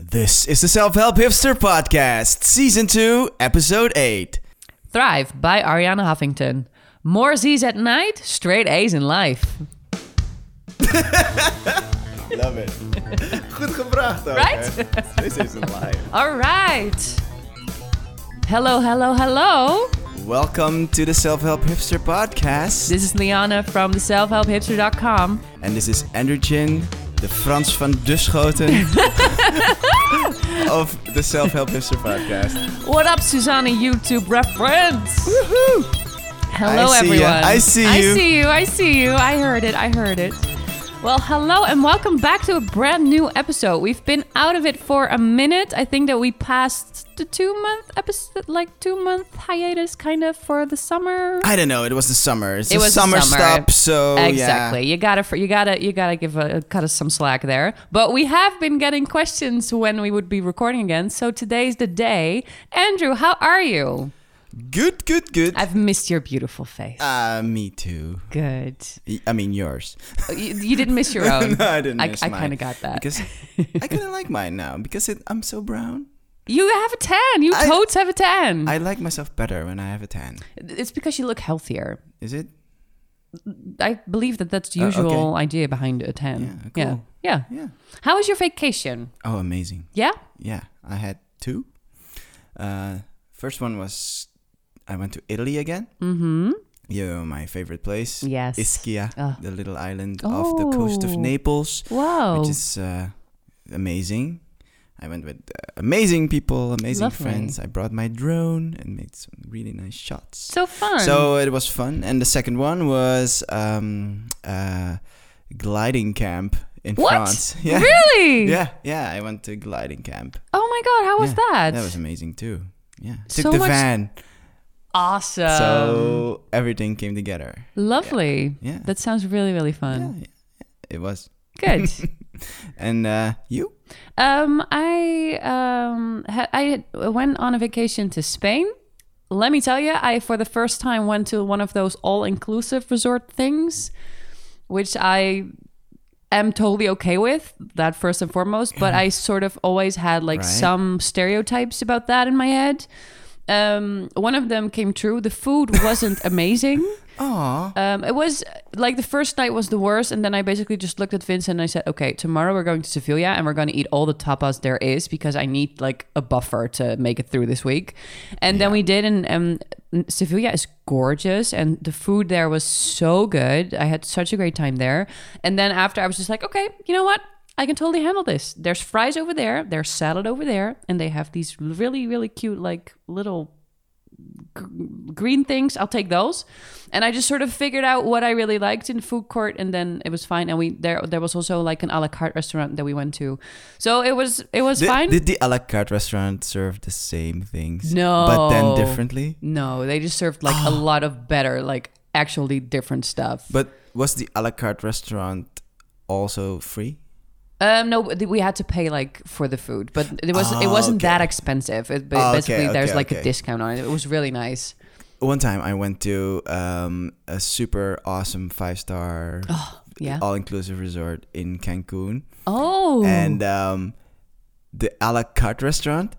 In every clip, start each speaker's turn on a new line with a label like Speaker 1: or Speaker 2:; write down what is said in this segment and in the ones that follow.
Speaker 1: This is the Self Help Hipster Podcast, Season 2, Episode 8.
Speaker 2: Thrive by Ariana Huffington. More Z's at night, straight A's in life.
Speaker 1: Love it. Goed gebracht ook,
Speaker 2: Right?
Speaker 1: hè? This is live.
Speaker 2: All right. Hello, hello, hello.
Speaker 1: Welcome to the Self Help Hipster Podcast.
Speaker 2: This is Liana from the selfhelphipster.com.
Speaker 1: and this is Andrew Chin, the Frans van Duschoten of the Self Help Hipster Podcast.
Speaker 2: What up, Susanna YouTube reference? Hello,
Speaker 1: I see ya.
Speaker 2: everyone.
Speaker 1: I see you.
Speaker 2: I see you. I see you. I heard it. I heard it. Well, hello and welcome back to a brand new episode. We've been out of it for a minute. I think that we passed the two month episode, like two month hiatus, kind of for the summer.
Speaker 1: I don't know, it was the summer. It's
Speaker 2: It
Speaker 1: the
Speaker 2: was the
Speaker 1: summer,
Speaker 2: summer.
Speaker 1: stop, so yeah.
Speaker 2: exactly. You gotta, fr- you gotta, you gotta give a, cut us some slack there. But we have been getting questions when we would be recording again. So today's the day. Andrew, how are you?
Speaker 1: Good, good, good.
Speaker 2: I've missed your beautiful face.
Speaker 1: uh, me too.
Speaker 2: Good.
Speaker 1: I mean, yours.
Speaker 2: You, you didn't miss your own.
Speaker 1: no, I didn't.
Speaker 2: Oh, I,
Speaker 1: miss
Speaker 2: I
Speaker 1: mine.
Speaker 2: kind of got that.
Speaker 1: Because I kind of like mine now because it, I'm so brown.
Speaker 2: you have a tan. You
Speaker 1: I-
Speaker 2: totes have a tan.
Speaker 1: I like myself better when I have a tan.
Speaker 2: it's because you look healthier.
Speaker 1: Is it?
Speaker 2: I believe that that's the
Speaker 1: Uh, okay.
Speaker 2: usual idea behind a tan.
Speaker 1: Yeah,
Speaker 2: yeah.
Speaker 1: cool.
Speaker 2: Yeah.
Speaker 1: Yeah.
Speaker 2: How was your vacation?
Speaker 1: Oh, amazing.
Speaker 2: Yeah.
Speaker 1: Yeah, I had two. Uh, first one was I went to Italy again. Mm-hmm. Yeah, my favorite place.
Speaker 2: Yes.
Speaker 1: Ischia,
Speaker 2: Ah.
Speaker 1: the little island off the coast of
Speaker 2: Oh.
Speaker 1: Naples,
Speaker 2: Wow.
Speaker 1: which is uh, amazing. I went with uh, amazing people, amazing
Speaker 2: Lovely.
Speaker 1: friends. I brought my drone and made some really nice shots.
Speaker 2: so fun.
Speaker 1: So it was fun. And the second one was um, uh, gliding camp in
Speaker 2: What?
Speaker 1: France. Yeah.
Speaker 2: Really?
Speaker 1: Yeah, yeah. I went to gliding camp.
Speaker 2: Oh my god, how was
Speaker 1: Yeah,
Speaker 2: that?
Speaker 1: That was amazing too. Yeah. Took
Speaker 2: So
Speaker 1: the
Speaker 2: much- um,
Speaker 1: van.
Speaker 2: awesome.
Speaker 1: so everything came together.
Speaker 2: lovely.
Speaker 1: Yeah.
Speaker 2: That sounds really, really
Speaker 1: Yeah,
Speaker 2: fun.
Speaker 1: yeah, it was.
Speaker 2: Good.
Speaker 1: And uh, you?
Speaker 2: um, I um, ha- I went on a vacation to Spain. Let me tell you, I for the first time went to one of those all-inclusive resort things, which I am totally okay with. That first and foremost, but I sort of always had like
Speaker 1: Right.
Speaker 2: some stereotypes about that in my head. Um, one of them came true. The food wasn't amazing.
Speaker 1: Oh,
Speaker 2: Um, it was uh, like the first night was the worst, and then I basically just looked at Vincent and I said, "Okay, tomorrow we're going to Sevilla and we're going to eat all the tapas there is because I need like a buffer to make it through this week." And then we did, and um, Sevilla is gorgeous, and the food there was so good. I had such a great time there. And then after, I was just like, "Okay, you know what? I can totally handle this." There's fries over there, there's salad over there, and they have these really, really cute like little green things. I'll take those. And I just sort of figured out what I really liked in food court, and then it was fine. And we there there was also like an a la carte restaurant that we went to, so it was it was
Speaker 1: did,
Speaker 2: fine.
Speaker 1: did the a la carte restaurant serve the same things?
Speaker 2: No.
Speaker 1: But then differently?
Speaker 2: no, they just served like a lot of better, like actually different stuff.
Speaker 1: But was the a la carte restaurant also free?
Speaker 2: Um, no, th- we had to pay like for the food, but it was
Speaker 1: Ah,
Speaker 2: it wasn't
Speaker 1: okay.
Speaker 2: that expensive. It, but
Speaker 1: Ah, okay,
Speaker 2: basically, there's
Speaker 1: okay,
Speaker 2: like
Speaker 1: okay.
Speaker 2: a discount on it. It was really nice.
Speaker 1: One time I went to um, a super awesome five star
Speaker 2: Oh, Yeah.
Speaker 1: all inclusive resort in Cancun,
Speaker 2: Oh.
Speaker 1: and um, the a la carte restaurant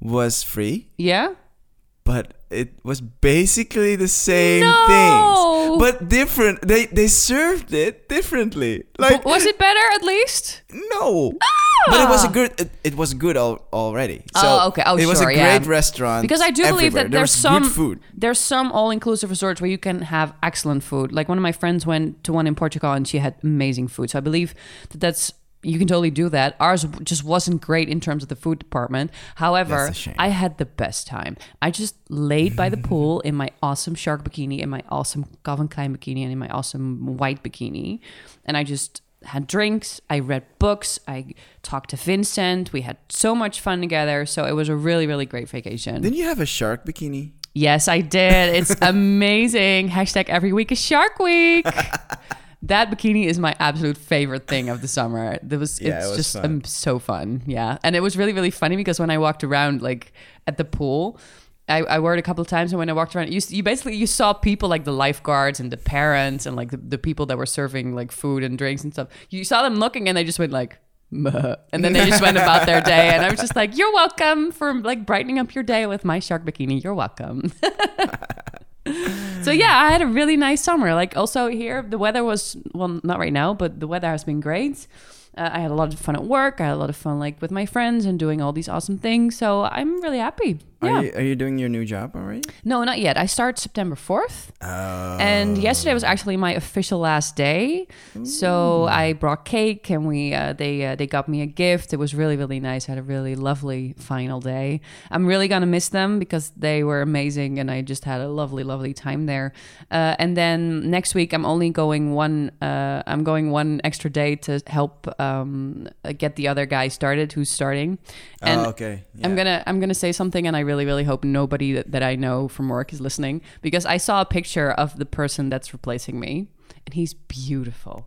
Speaker 1: was free,
Speaker 2: yeah.
Speaker 1: but it was basically the same
Speaker 2: No!
Speaker 1: things, but different. They they served it differently. Like
Speaker 2: was it better at least?
Speaker 1: no. But it was a good. It, it was good al- already. So
Speaker 2: Ah! Oh, okay. Oh,
Speaker 1: it was a
Speaker 2: sure,
Speaker 1: great
Speaker 2: yeah.
Speaker 1: restaurant.
Speaker 2: because I do believe
Speaker 1: everywhere.
Speaker 2: that
Speaker 1: There
Speaker 2: there's
Speaker 1: was
Speaker 2: some
Speaker 1: good food.
Speaker 2: There's some all-inclusive resorts where you can have excellent food. Like one of my friends went to one in Portugal and she had amazing food. So I believe that that's you can totally do that. Ours w- just wasn't great in terms of the food department. However,
Speaker 1: That's a shame.
Speaker 2: I had the best time. I just laid by the pool in my awesome shark bikini, in my awesome Calvin Klein bikini, and in my awesome white bikini, and I just had drinks. I read books. I talked to Vincent. We had so much fun together. So it was a really, really great vacation.
Speaker 1: Didn't you have a shark bikini?
Speaker 2: Yes, I did. It's amazing. Hashtag every week is Shark Week. that bikini is my absolute favorite thing of the summer. There was
Speaker 1: Yeah,
Speaker 2: it's
Speaker 1: it was
Speaker 2: just
Speaker 1: fun.
Speaker 2: Um, so fun. Yeah. And it was really, really funny because when I walked around like at the pool, I, I wore it a couple of times and when I walked around you, you basically you saw people like the lifeguards and the parents and like the, the people that were serving like food and drinks and stuff. You saw them looking and they just went like and then they just went about their day and i was just like you're welcome for like brightening up your day with my shark bikini you're welcome so yeah i had a really nice summer like also here the weather was well not right now but the weather has been great uh, i had a lot of fun at work i had a lot of fun like with my friends and doing all these awesome things so i'm really happy yeah
Speaker 1: Are, you, are you doing your new job already?
Speaker 2: no not yet i start september 4th
Speaker 1: Oh.
Speaker 2: and yesterday was actually my official last day so i brought cake and we uh, they uh, they got me a gift it was really really nice i had a really lovely final day i'm really gonna miss them because they were amazing and i just had a lovely lovely time there uh, and then next week i'm only going one uh, i'm going one extra day to help um, uh, get the other guy started who's starting and
Speaker 1: oh, okay.
Speaker 2: I'm
Speaker 1: yeah.
Speaker 2: gonna I'm gonna say something, and I really really hope nobody that, that I know from work is listening because I saw a picture of the person that's replacing me, and he's beautiful.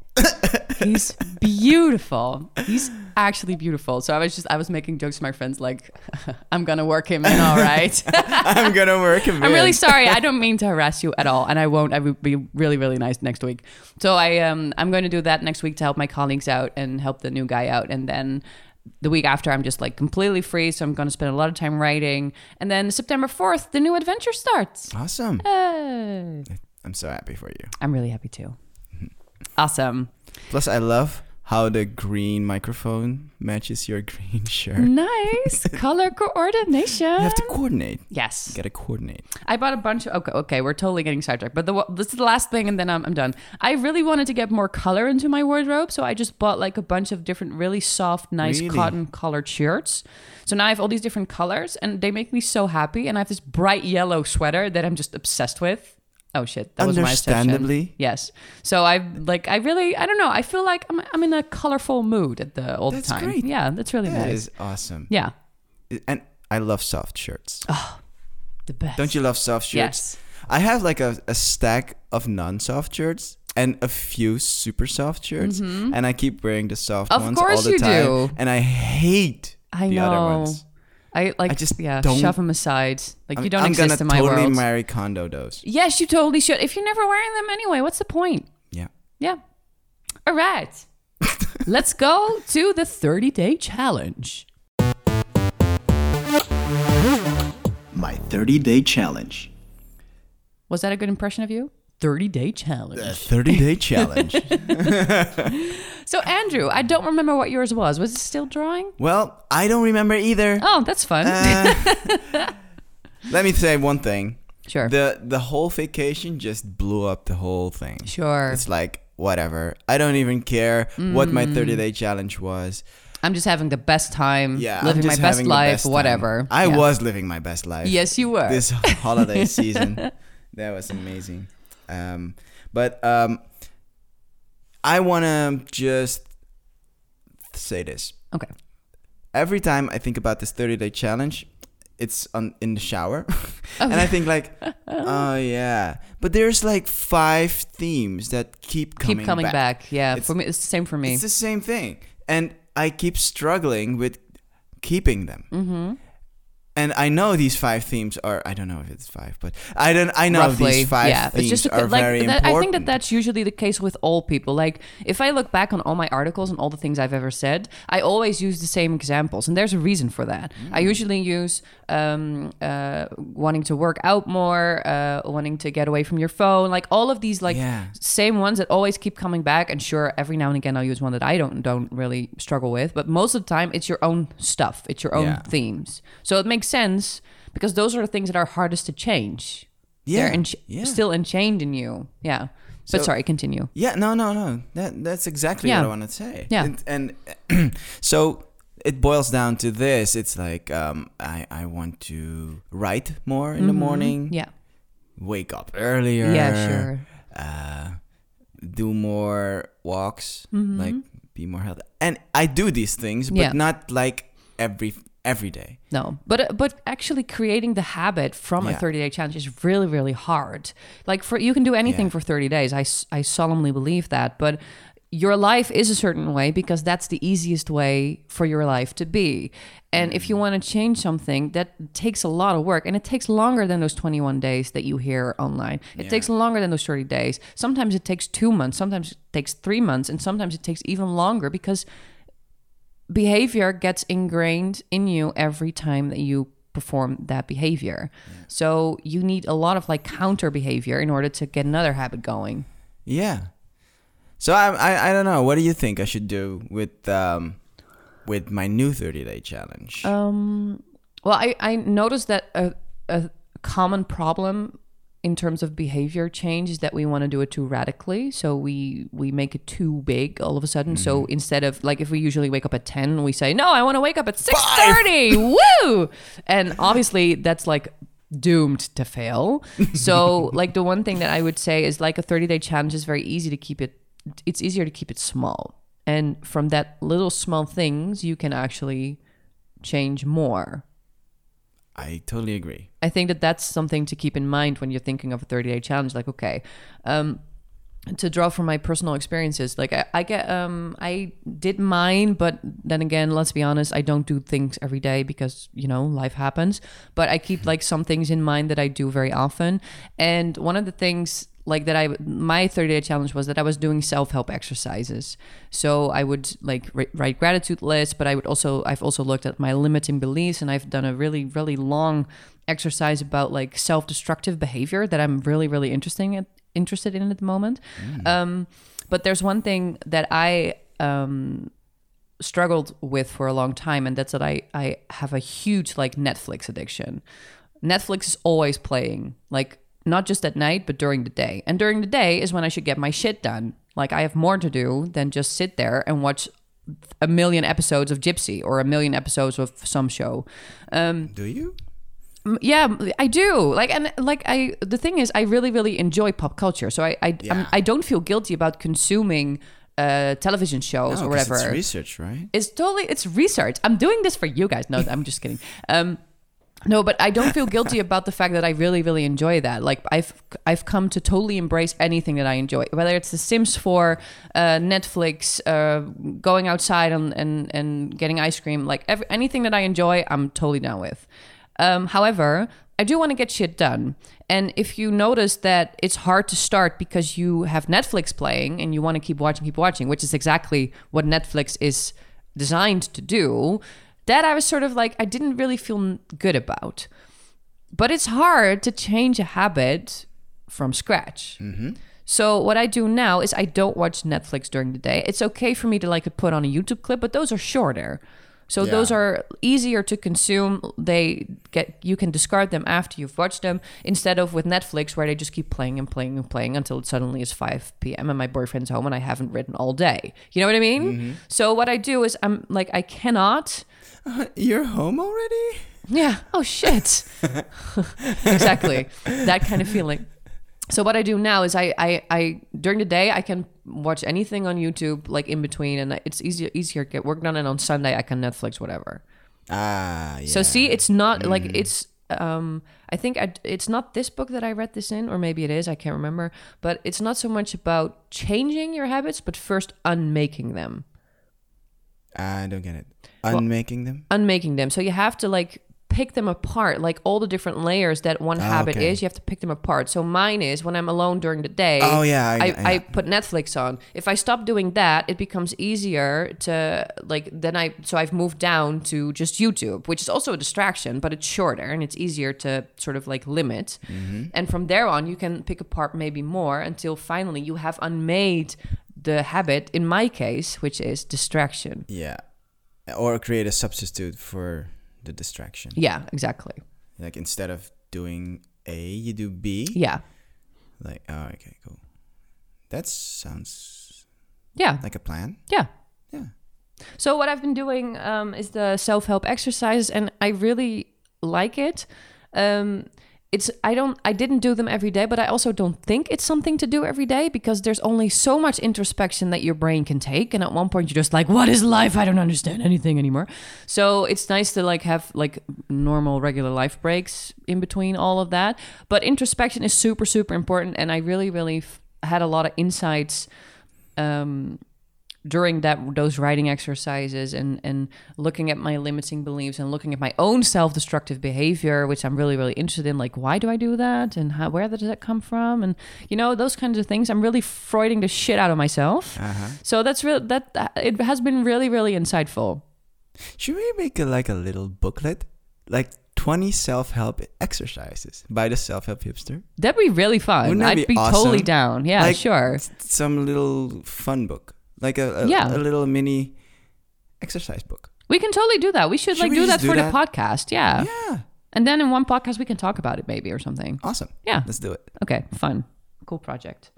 Speaker 2: he's beautiful. He's actually beautiful. So I was just I was making jokes to my friends like, I'm gonna work him in, all right.
Speaker 1: I'm gonna work. i
Speaker 2: I'm really sorry. I don't mean to harass you at all, and I won't. I will be really, really nice next week. So I um I'm going to do that next week to help my colleagues out and help the new guy out, and then the week after I'm just like completely free. So I'm going to spend a lot of time writing, and then September fourth, the new adventure starts.
Speaker 1: awesome.
Speaker 2: Yay.
Speaker 1: I'm so happy for you.
Speaker 2: I'm really happy too. Awesome.
Speaker 1: Plus, I love how the green microphone matches your green shirt.
Speaker 2: Nice color coordination.
Speaker 1: You have to coordinate.
Speaker 2: Yes.
Speaker 1: You gotta coordinate.
Speaker 2: I bought a bunch of okay, okay, we're totally getting sidetracked. But the this is the last thing, and then I'm, I'm done. I really wanted to get more color into my wardrobe, so I just bought like a bunch of different, really soft, nice
Speaker 1: Really?
Speaker 2: cotton colored shirts. So now I have all these different colors, and they make me so happy. And I have this bright yellow sweater that I'm just obsessed with. Oh shit, that was my obsession.
Speaker 1: Understandably.
Speaker 2: Yes. So I like I really I don't know. I feel like I'm I'm in a colorful mood at the all
Speaker 1: That's
Speaker 2: the time.
Speaker 1: great.
Speaker 2: Yeah, that's really
Speaker 1: That
Speaker 2: nice.
Speaker 1: is awesome.
Speaker 2: Yeah.
Speaker 1: And I love soft shirts.
Speaker 2: The best.
Speaker 1: Don't you love soft shirts?
Speaker 2: Yes.
Speaker 1: I have like a, a stack of non soft shirts and a few super soft shirts, and I keep wearing the soft
Speaker 2: Mm-hmm. Of
Speaker 1: ones all
Speaker 2: course
Speaker 1: the
Speaker 2: you
Speaker 1: time.
Speaker 2: do.
Speaker 1: And I hate
Speaker 2: I
Speaker 1: the other
Speaker 2: know.
Speaker 1: ones.
Speaker 2: I like
Speaker 1: I just
Speaker 2: yeah,
Speaker 1: don't-
Speaker 2: shove them aside. Like
Speaker 1: I'm,
Speaker 2: you don't
Speaker 1: I'm gonna
Speaker 2: exist in my
Speaker 1: totally
Speaker 2: world.
Speaker 1: marry condo those.
Speaker 2: yes, you totally should. If you're never wearing them anyway, what's the point?
Speaker 1: Yeah.
Speaker 2: Yeah. All right. Let's go to the 30 day challenge.
Speaker 3: My 30 day challenge.
Speaker 2: Was that a good impression of you? 30 day challenge.
Speaker 1: A 30 day challenge.
Speaker 2: So, Andrew, I don't remember what yours was. Was it still drawing?
Speaker 1: Well, I don't remember either.
Speaker 2: Oh, that's fun.
Speaker 1: Uh, Let me say one thing.
Speaker 2: sure.
Speaker 1: The the whole vacation just blew up the whole thing.
Speaker 2: sure.
Speaker 1: It's like whatever. I don't even care what my
Speaker 2: Mm.
Speaker 1: 30 day challenge was.
Speaker 2: I'm just having the best time,
Speaker 1: Yeah, I'm
Speaker 2: living my
Speaker 1: just
Speaker 2: best
Speaker 1: having the
Speaker 2: life,
Speaker 1: best time.
Speaker 2: whatever.
Speaker 1: I
Speaker 2: Yeah.
Speaker 1: was living my best life.
Speaker 2: Yes, you were.
Speaker 1: This holiday season, that was amazing. Um, but um, I want to just say this.
Speaker 2: Okay.
Speaker 1: Every time I think about this 30 day challenge, it's on in the shower, and I think like, oh yeah. But there's like five themes that keep coming
Speaker 2: Keep coming back. Yeah.
Speaker 1: It's-
Speaker 2: for me, it's the same for me.
Speaker 1: it's the same thing. And I keep struggling with keeping them. Mm-hmm. And I know these five themes are, I don't know if it's five, but I don't, I know these five themes are
Speaker 2: like,
Speaker 1: very important.
Speaker 2: that- I think that that's usually the case with all people. Like, if I look back on all my articles and all the things I've ever said, I always use the same examples, and there's a reason for that. I
Speaker 1: Mm.
Speaker 2: usually use um, uh, wanting to work out more, uh, wanting to get away from your phone, like all of these like
Speaker 1: Yeah.
Speaker 2: same ones that always keep coming back. And sure, every now and again I'll use one that I don't don't really struggle with, but most of the time it's your own stuff, it's your own
Speaker 1: Yeah.
Speaker 2: themes. So it makes sense because those are the things that are hardest to change
Speaker 1: yeah,
Speaker 2: they're ench-
Speaker 1: yeah.
Speaker 2: still enchained in you. Yeah. But
Speaker 1: So-
Speaker 2: sorry, continue.
Speaker 1: Yeah, no, no, no. That that's exactly
Speaker 2: Yeah.
Speaker 1: what I want to say.
Speaker 2: Yeah.
Speaker 1: and, and so it boils down to this. It's like um, I I want to write more in the morning.
Speaker 2: Yeah.
Speaker 1: Wake up earlier.
Speaker 2: Mm-hmm. Yeah, sure.
Speaker 1: uh, do more walks, like be more healthy. And I do these things, but
Speaker 2: Mm-hmm. Yeah.
Speaker 1: not like every every day.
Speaker 2: No, but uh, but actually creating the habit from a
Speaker 1: Yeah.
Speaker 2: 30 day challenge is really really hard. Like for you can do anything
Speaker 1: Yeah.
Speaker 2: for 30 days. I s- I solemnly believe that, but your life is a certain way because that's the easiest way for your life to be. And if you
Speaker 1: Mm.
Speaker 2: want to change something, that takes a lot of work and it takes longer than those 21 days that you hear online. It takes longer than those 30 days. Sometimes it takes 2 months, sometimes it takes 3 months, and sometimes it takes even longer because behavior gets ingrained in you every time that you perform that behavior. So you need a lot of like counter behavior in order to get another habit going.
Speaker 1: Yeah. So I, I I don't know. What do you think I should do with um with my new thirty day challenge?
Speaker 2: Um, well, I, I noticed that a, a common problem in terms of behavior change is that we want to do it too radically. So we we make it too big all of a sudden. So instead of like if we usually wake up at ten, we say no, I want to wake up at six thirty. Woo! And obviously that's like doomed to fail. So like the one thing that I would say is like a thirty day challenge is very easy to keep it. It's easier to keep it small, and from that little small things you can actually change more.
Speaker 1: I totally agree.
Speaker 2: I think that that's something to keep in mind when you're thinking of a 30 day challenge. Like, okay, um, to draw from my personal experiences, like I, I get, um, I did mine, but then again, let's be honest, I don't do things every day because you know life happens. But I keep like some things in mind that I do very often, and one of the things like that I my 30 day challenge was that I was doing self help exercises. So I would like ri- write gratitude lists, but I would also I've also looked at my limiting beliefs and I've done a really really long exercise about like self destructive behavior that I'm really really interesting at, interested in at the moment. Um, but there's one thing that I um, struggled with for a long time, and that's that I I have a huge like Netflix addiction. Netflix is always playing like not just at night, but during the day. And during the day is when I should get my shit done. Like I have more to do than just sit there and watch a million episodes of Gypsy or a million episodes of some show. Mm.
Speaker 1: Do you?
Speaker 2: M- Yeah, I do. Like and like I the thing is I really really enjoy pop culture. So I I I'm- I don't feel guilty about consuming uh television shows
Speaker 1: No,
Speaker 2: or
Speaker 1: Oh, 'cause
Speaker 2: whatever.
Speaker 1: It's research, right?
Speaker 2: It's totally it's research. I'm doing this for you guys. No, I'm just kidding. Um no, but I don't feel guilty about the fact that I really really enjoy that. Like I've I've come to totally embrace anything that I enjoy, whether it's The Sims 4, uh Netflix, uh going outside and and and getting ice cream, like every, anything that I enjoy, I'm totally down with. Um, however, I do want to get shit done. And if you notice that it's hard to start because you have Netflix playing and you want to keep watching, keep watching, which is exactly what Netflix is designed to do, that I was sort of like, I didn't really feel n- good about. But it's hard to change a habit from scratch. So what I do now is I don't watch Netflix during the day. It's okay for me to like put on a YouTube clip, but those are shorter. So those are easier to consume. They get you can discard them after you've watched them instead of with Netflix where they just keep playing and playing and playing until it suddenly is 5 p.m. and my boyfriend's home and I haven't written all day. You know what I mean? So what I do is I'm like I cannot
Speaker 1: You're home already?
Speaker 2: yeah. Oh shit. exactly. That kind of feeling. So what I do now is I, I I during the day I can watch anything on YouTube like in between and it's easier easier to get work done and on Sunday I can Netflix whatever.
Speaker 1: Ah, yeah.
Speaker 2: So see it's not like it's um I think I, it's not this book that I read this in or maybe it is I can't remember but it's not so much about changing your habits but first unmaking them.
Speaker 1: I Ah, don't get it. Unmaking them?
Speaker 2: unmaking them. So you have to like pick them apart, like all the different layers that one habit
Speaker 1: Ah, okay.
Speaker 2: is. You have to pick them apart. So mine is when I'm alone during the day.
Speaker 1: Oh, yeah, I-
Speaker 2: I,
Speaker 1: yeah.
Speaker 2: I put Netflix on. If I stop doing that, it becomes easier to like then I so I've moved down to just YouTube, which is also a distraction, but it's shorter and it's easier to sort of like limit.
Speaker 1: Mm-hmm.
Speaker 2: And from there on, you can pick apart maybe more until finally you have unmade the habit. In my case, which is distraction.
Speaker 1: Yeah. Or create a substitute for the distraction.
Speaker 2: Yeah, exactly.
Speaker 1: Like instead of doing A, you do B.
Speaker 2: Yeah.
Speaker 1: Like, oh, okay, cool. That sounds
Speaker 2: Yeah.
Speaker 1: like a plan.
Speaker 2: yeah.
Speaker 1: Yeah.
Speaker 2: So what I've been doing um, is the self help exercise, and I really like it. Um, it's I don't I didn't do them every day, but I also don't think it's something to do every day because there's only so much introspection that your brain can take, and at one point you're just like, "What is life? I don't understand anything anymore." So it's nice to like have like normal regular life breaks in between all of that. But introspection is super super important, and I really really f- had a lot of insights during that those writing exercises and and looking at my limiting beliefs and looking at my own self-destructive behavior which i'm really really interested in like why do i do that and how, where does that come from and you know those kinds of things i'm really
Speaker 1: Uh-huh.
Speaker 2: uh, freuding the shit out of myself so that's real that that- it has been really really insightful
Speaker 1: Should we make a, like a little booklet, like twenty self-help exercises by the self-help hipster?
Speaker 2: That'd be really fun.
Speaker 1: Wouldn't that
Speaker 2: I'd
Speaker 1: be
Speaker 2: be,
Speaker 1: awesome?
Speaker 2: totally down. Yeah,
Speaker 1: Like,
Speaker 2: sure.
Speaker 1: s- Some little fun book, like a a,
Speaker 2: Yeah.
Speaker 1: a little mini exercise book.
Speaker 2: We can totally do that. We should,
Speaker 1: Should
Speaker 2: like
Speaker 1: we
Speaker 2: do
Speaker 1: just
Speaker 2: that
Speaker 1: do
Speaker 2: for
Speaker 1: that?
Speaker 2: the podcast. Yeah.
Speaker 1: Yeah,
Speaker 2: And then in one podcast we can talk about it maybe or something.
Speaker 1: awesome.
Speaker 2: Yeah.
Speaker 1: let's do it.
Speaker 2: Okay, fun. Cool project.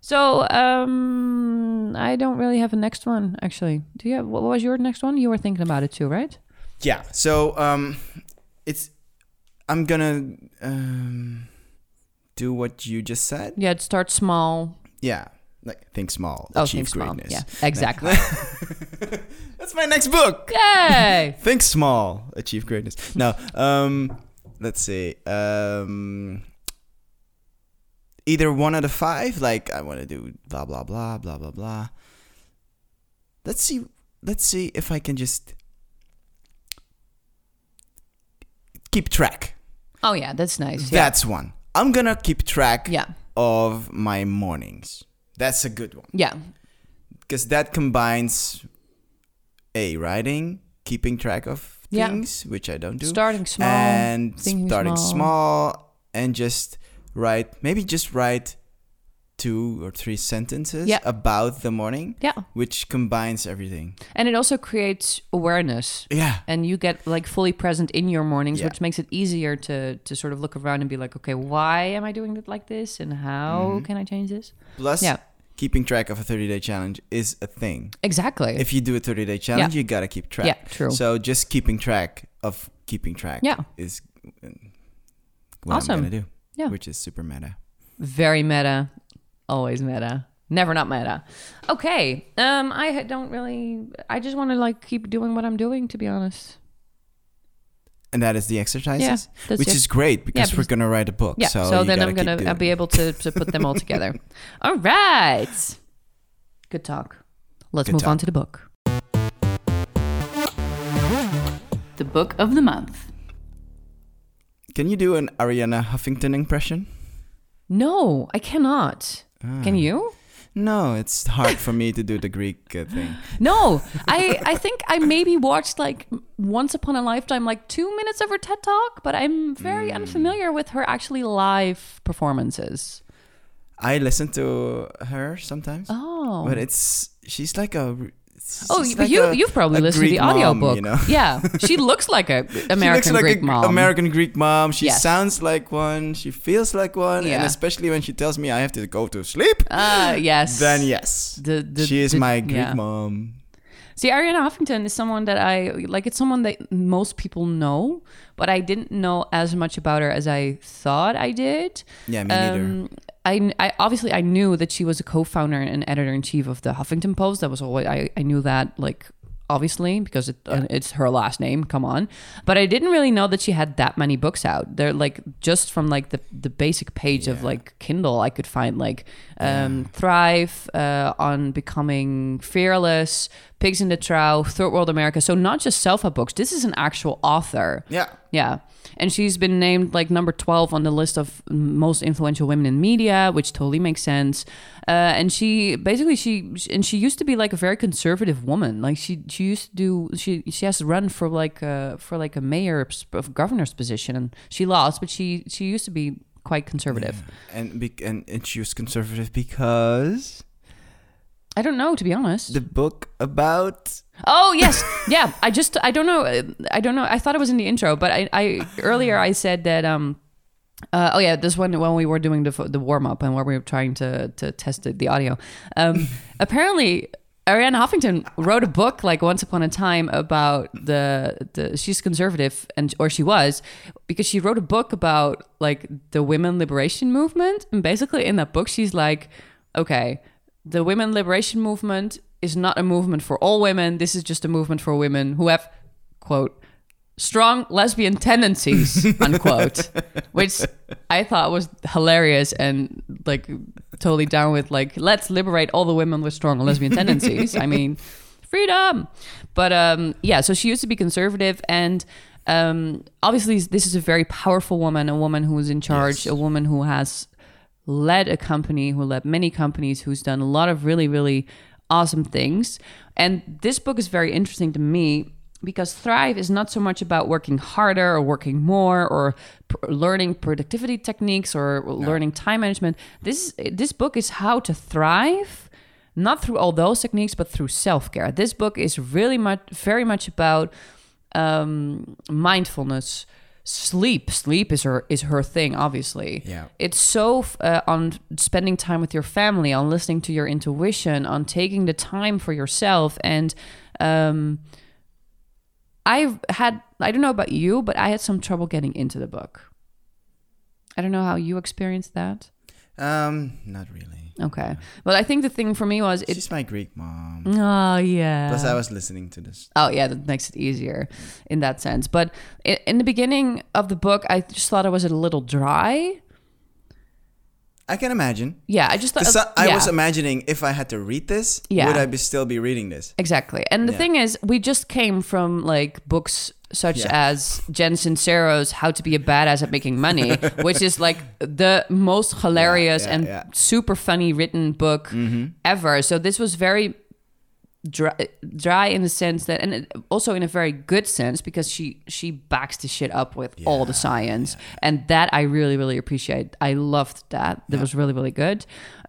Speaker 2: So, um I don't really have a next one actually. Do you have what was your next one? You were thinking about it too, right?
Speaker 1: Yeah. So um, it's I'm gonna um, do what you just said.
Speaker 2: Yeah, start small.
Speaker 1: Yeah. Like think small,
Speaker 2: Oh,
Speaker 1: achieve
Speaker 2: think small.
Speaker 1: greatness.
Speaker 2: Yeah, exactly.
Speaker 1: That's my next book.
Speaker 2: Yay!
Speaker 1: Think small, achieve greatness. No. Um, let's see. Um, either one of the five. Like I want to do blah blah blah blah blah blah. Let's see. Let's see if I can just keep track.
Speaker 2: Oh yeah, that's nice. Yeah.
Speaker 1: That's one. I'm gonna keep track
Speaker 2: Yeah.
Speaker 1: of my mornings. That's a good one
Speaker 2: Yeah.
Speaker 1: because that combines a writing, keeping track of
Speaker 2: Yeah.
Speaker 1: things, which I don't do,
Speaker 2: Starting small.
Speaker 1: and
Speaker 2: thinking
Speaker 1: starting small.
Speaker 2: small.
Speaker 1: and just write maybe just write two or three sentences
Speaker 2: Yeah.
Speaker 1: about the morning,
Speaker 2: yeah.
Speaker 1: which combines everything.
Speaker 2: And it also creates awareness.
Speaker 1: Yeah,
Speaker 2: And you get like fully present in your mornings,
Speaker 1: Yeah.
Speaker 2: which makes it easier to to sort of look around and be like, okay, why am I doing it like this, and how
Speaker 1: Mm-hmm.
Speaker 2: can I change this?
Speaker 1: plus
Speaker 2: Yeah.
Speaker 1: keeping track of a 30 day challenge is a thing.
Speaker 2: Exactly.
Speaker 1: If you do a 30 day challenge, you gotta keep track.
Speaker 2: Yeah, true.
Speaker 1: So just keeping track of keeping track
Speaker 2: Yeah.
Speaker 1: is uh, what
Speaker 2: Awesome.
Speaker 1: I'm gonna do.
Speaker 2: Yeah.
Speaker 1: Which is super meta.
Speaker 2: Very meta. Always meta. Never not meta. Okay. Um, I ha- don't really. I just want to like keep doing what I'm doing, to be honest.
Speaker 1: and that is the exercises,
Speaker 2: Yeah, that's
Speaker 1: which
Speaker 2: it.
Speaker 1: is great because
Speaker 2: Yeah,
Speaker 1: we're
Speaker 2: because-
Speaker 1: gonna write a book.
Speaker 2: Yeah.
Speaker 1: so,
Speaker 2: So,
Speaker 1: you
Speaker 2: then
Speaker 1: gotta keep
Speaker 2: I'm gonna
Speaker 1: doing
Speaker 2: I'll be
Speaker 1: it.
Speaker 2: able to, to put them all together. all right. Good talk. Let's
Speaker 1: Good
Speaker 2: move
Speaker 1: talk.
Speaker 2: on to the book. The book of the month.
Speaker 1: Can you do an Ariana Huffington impression?
Speaker 2: No, I cannot.
Speaker 1: Ah.
Speaker 2: Can you?
Speaker 1: No, it's hard for me to do the Greek uh, thing.
Speaker 2: No, I I think I maybe watched like Once Upon a Lifetime, like two minutes of her TED Talk, but I'm very
Speaker 1: Hmm.
Speaker 2: unfamiliar with her actually live performances.
Speaker 1: I listen to her sometimes,
Speaker 2: Oh,
Speaker 1: but it's she's like a. r- she's
Speaker 2: oh,
Speaker 1: like
Speaker 2: but you
Speaker 1: a-
Speaker 2: you've probably
Speaker 1: a
Speaker 2: listened to
Speaker 1: Greek
Speaker 2: the
Speaker 1: mom,
Speaker 2: audiobook.
Speaker 1: you know?
Speaker 2: Yeah, she looks like a
Speaker 1: She
Speaker 2: American
Speaker 1: looks like
Speaker 2: Greek
Speaker 1: a
Speaker 2: mom.
Speaker 1: American Greek mom. She
Speaker 2: Yes.
Speaker 1: sounds like one. She feels like one, and
Speaker 2: Yeah.
Speaker 1: especially when she tells me I have to go to sleep,
Speaker 2: Uh, yes.
Speaker 1: then yes,
Speaker 2: The- the-
Speaker 1: she is
Speaker 2: the-
Speaker 1: my Greek
Speaker 2: yeah.
Speaker 1: mom.
Speaker 2: See, Ariana Huffington is someone that I like. It's someone that most people know, but I didn't know as much about her as I thought I did.
Speaker 1: Yeah, me neither.
Speaker 2: Um, I, I obviously I knew that she was a co-founder and editor in chief of the Huffington Post. That was always I, I knew that like obviously because it, uh, it's her last name. Come on, but I didn't really know that she had that many books out. They're like just from like the the basic page of like Kindle, I could find like um, Thrive uh, on becoming fearless, Pigs in the Trough, Third World America. So not just self-help books. This is an actual author.
Speaker 1: Yeah,
Speaker 2: Yeah. And she's been named like number 12 on the list of most influential women in media, which totally makes sense. Uh, and she basically she and she used to be like a very conservative woman. Like she she used to do she she has run for like a, for like a mayor of governor's position and she lost, but she she used to be quite conservative.
Speaker 1: and be- and and she was conservative because.
Speaker 2: I don't know to be honest.
Speaker 1: the book about
Speaker 2: Oh yes, yeah. I just I don't know uh, I don't know. I thought it was in the intro, but I, I earlier I said that um. Uh, oh yeah, this one when we were doing the f- the warm up and when we were trying to to test the, the audio. Um, apparently, Ariana Huffington wrote a book like once upon a time about the the she's conservative and or she was because she wrote a book about like the women liberation movement and basically in that book she's like, okay, the women liberation movement is not a movement for all women. This is just a movement for women who have, quote, strong lesbian tendencies, unquote, which I thought was hilarious and like totally down with like, let's liberate all the women with strong lesbian tendencies. I mean, freedom. But um, yeah, so she used to be conservative and um, obviously this is a very powerful woman, a woman who is in charge, a woman who has led a company, who led many companies, who's done a lot of really, really awesome things. And this book is very interesting to me because thrive is not so much about working harder or working more or pr- learning productivity techniques or learning time management this this book is how to thrive not through all those techniques but through self-care this book is really much very much about um, mindfulness sleep sleep is her is her thing obviously
Speaker 1: Yeah.
Speaker 2: it's so f- uh, on spending time with your family on listening to your intuition on taking the time for yourself and um i've had i don't know about you but i had some trouble getting into the book i don't know how you experienced that
Speaker 1: Um, not really.
Speaker 2: okay but i think the thing for me was it
Speaker 1: She's my Greek mom.
Speaker 2: oh yeah
Speaker 1: Plus, I was listening to this.
Speaker 2: Oh yeah, that makes it easier in that sense. But in, in the beginning of the book, I just thought it was a little dry.
Speaker 1: I can imagine.
Speaker 2: Yeah, I just thought
Speaker 1: 'Cause uh, I, I
Speaker 2: Uh, yeah,
Speaker 1: was imagining if I had to read this,
Speaker 2: Yeah.
Speaker 1: would I be still be reading this?
Speaker 2: exactly. And the thing is, we just came from like books such
Speaker 1: Yeah.
Speaker 2: as Jen Sincero's "How to Be a Badass at Making Money," which is like the most hilarious
Speaker 1: yeah,
Speaker 2: and
Speaker 1: yeah. Mm-hmm.
Speaker 2: super funny written book ever. So this was very dry, dry in the sense that, and it- also in a very good sense because she she backs the shit up with all the science, and that I really really appreciate. I loved that. That was really really good.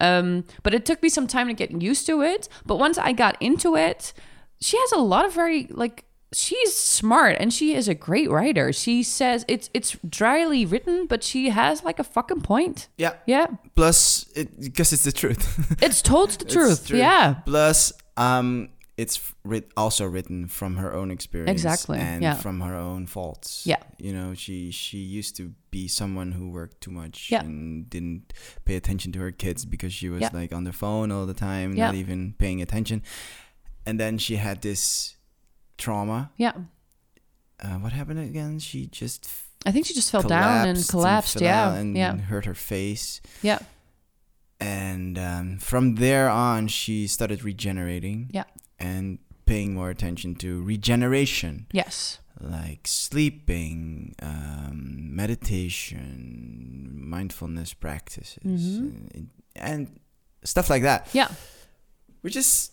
Speaker 2: Um, but it took me some time to get used to it. But once I got into it, she has a lot of very like. She's smart and she is a great writer. She says it's it's dryly written, but she has like a fucking point.
Speaker 1: Yeah.
Speaker 2: Yeah,
Speaker 1: Plus, it because it's the truth.
Speaker 2: it's told the truth.
Speaker 1: true.
Speaker 2: Yeah,
Speaker 1: Plus, um, it's writ- also written from her own experience,
Speaker 2: Exactly,
Speaker 1: and
Speaker 2: yeah.
Speaker 1: from her own faults.
Speaker 2: Yeah.
Speaker 1: you know, she she used to be someone who worked too much
Speaker 2: Yeah.
Speaker 1: and didn't pay attention to her kids because she was
Speaker 2: Yeah.
Speaker 1: like on the phone all the time, not
Speaker 2: Yeah.
Speaker 1: even paying attention. And then she had this trauma.
Speaker 2: yeah.
Speaker 1: Uh, what happened again? She just f-
Speaker 2: I think she just fell down
Speaker 1: collapsed
Speaker 2: and collapsed.
Speaker 1: fell
Speaker 2: yeah,
Speaker 1: out and
Speaker 2: yeah,
Speaker 1: hurt her face.
Speaker 2: yeah,
Speaker 1: And um, from there on, she started regenerating.
Speaker 2: yeah.
Speaker 1: and paying more attention to regeneration,
Speaker 2: Yes,
Speaker 1: like sleeping, um, meditation, mindfulness practices,
Speaker 2: Mm-hmm.
Speaker 1: and, and stuff like that,
Speaker 2: yeah,
Speaker 1: which is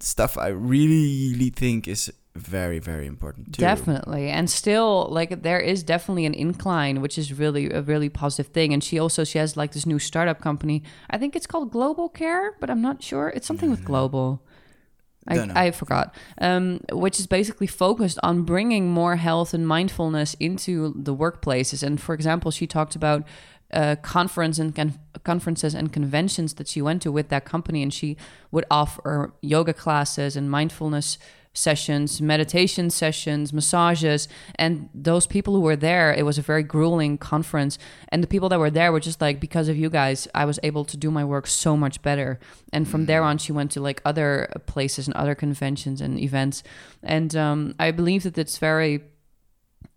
Speaker 1: stuff I really think is very, very important too.
Speaker 2: definitely. And still, like, there is definitely an incline, which is really a really positive thing. And she also she has like this new startup company. I think it's called Global Care, but I'm not sure. It's something with global.
Speaker 1: Don't know.
Speaker 2: I, I forgot. Um, which is basically focused on bringing more health and mindfulness into the workplaces. And for example, she talked about uh, conference and con- conferences and conventions that she went to with that company, and she would offer yoga classes and mindfulness sessions, meditation sessions, massages, and those people who were there, it was a very grueling conference, and the people that were there were just like, because of you guys, I was able to do my work so much better. And from there on, she went to like other places and other conventions and events, and um, I believe that it's very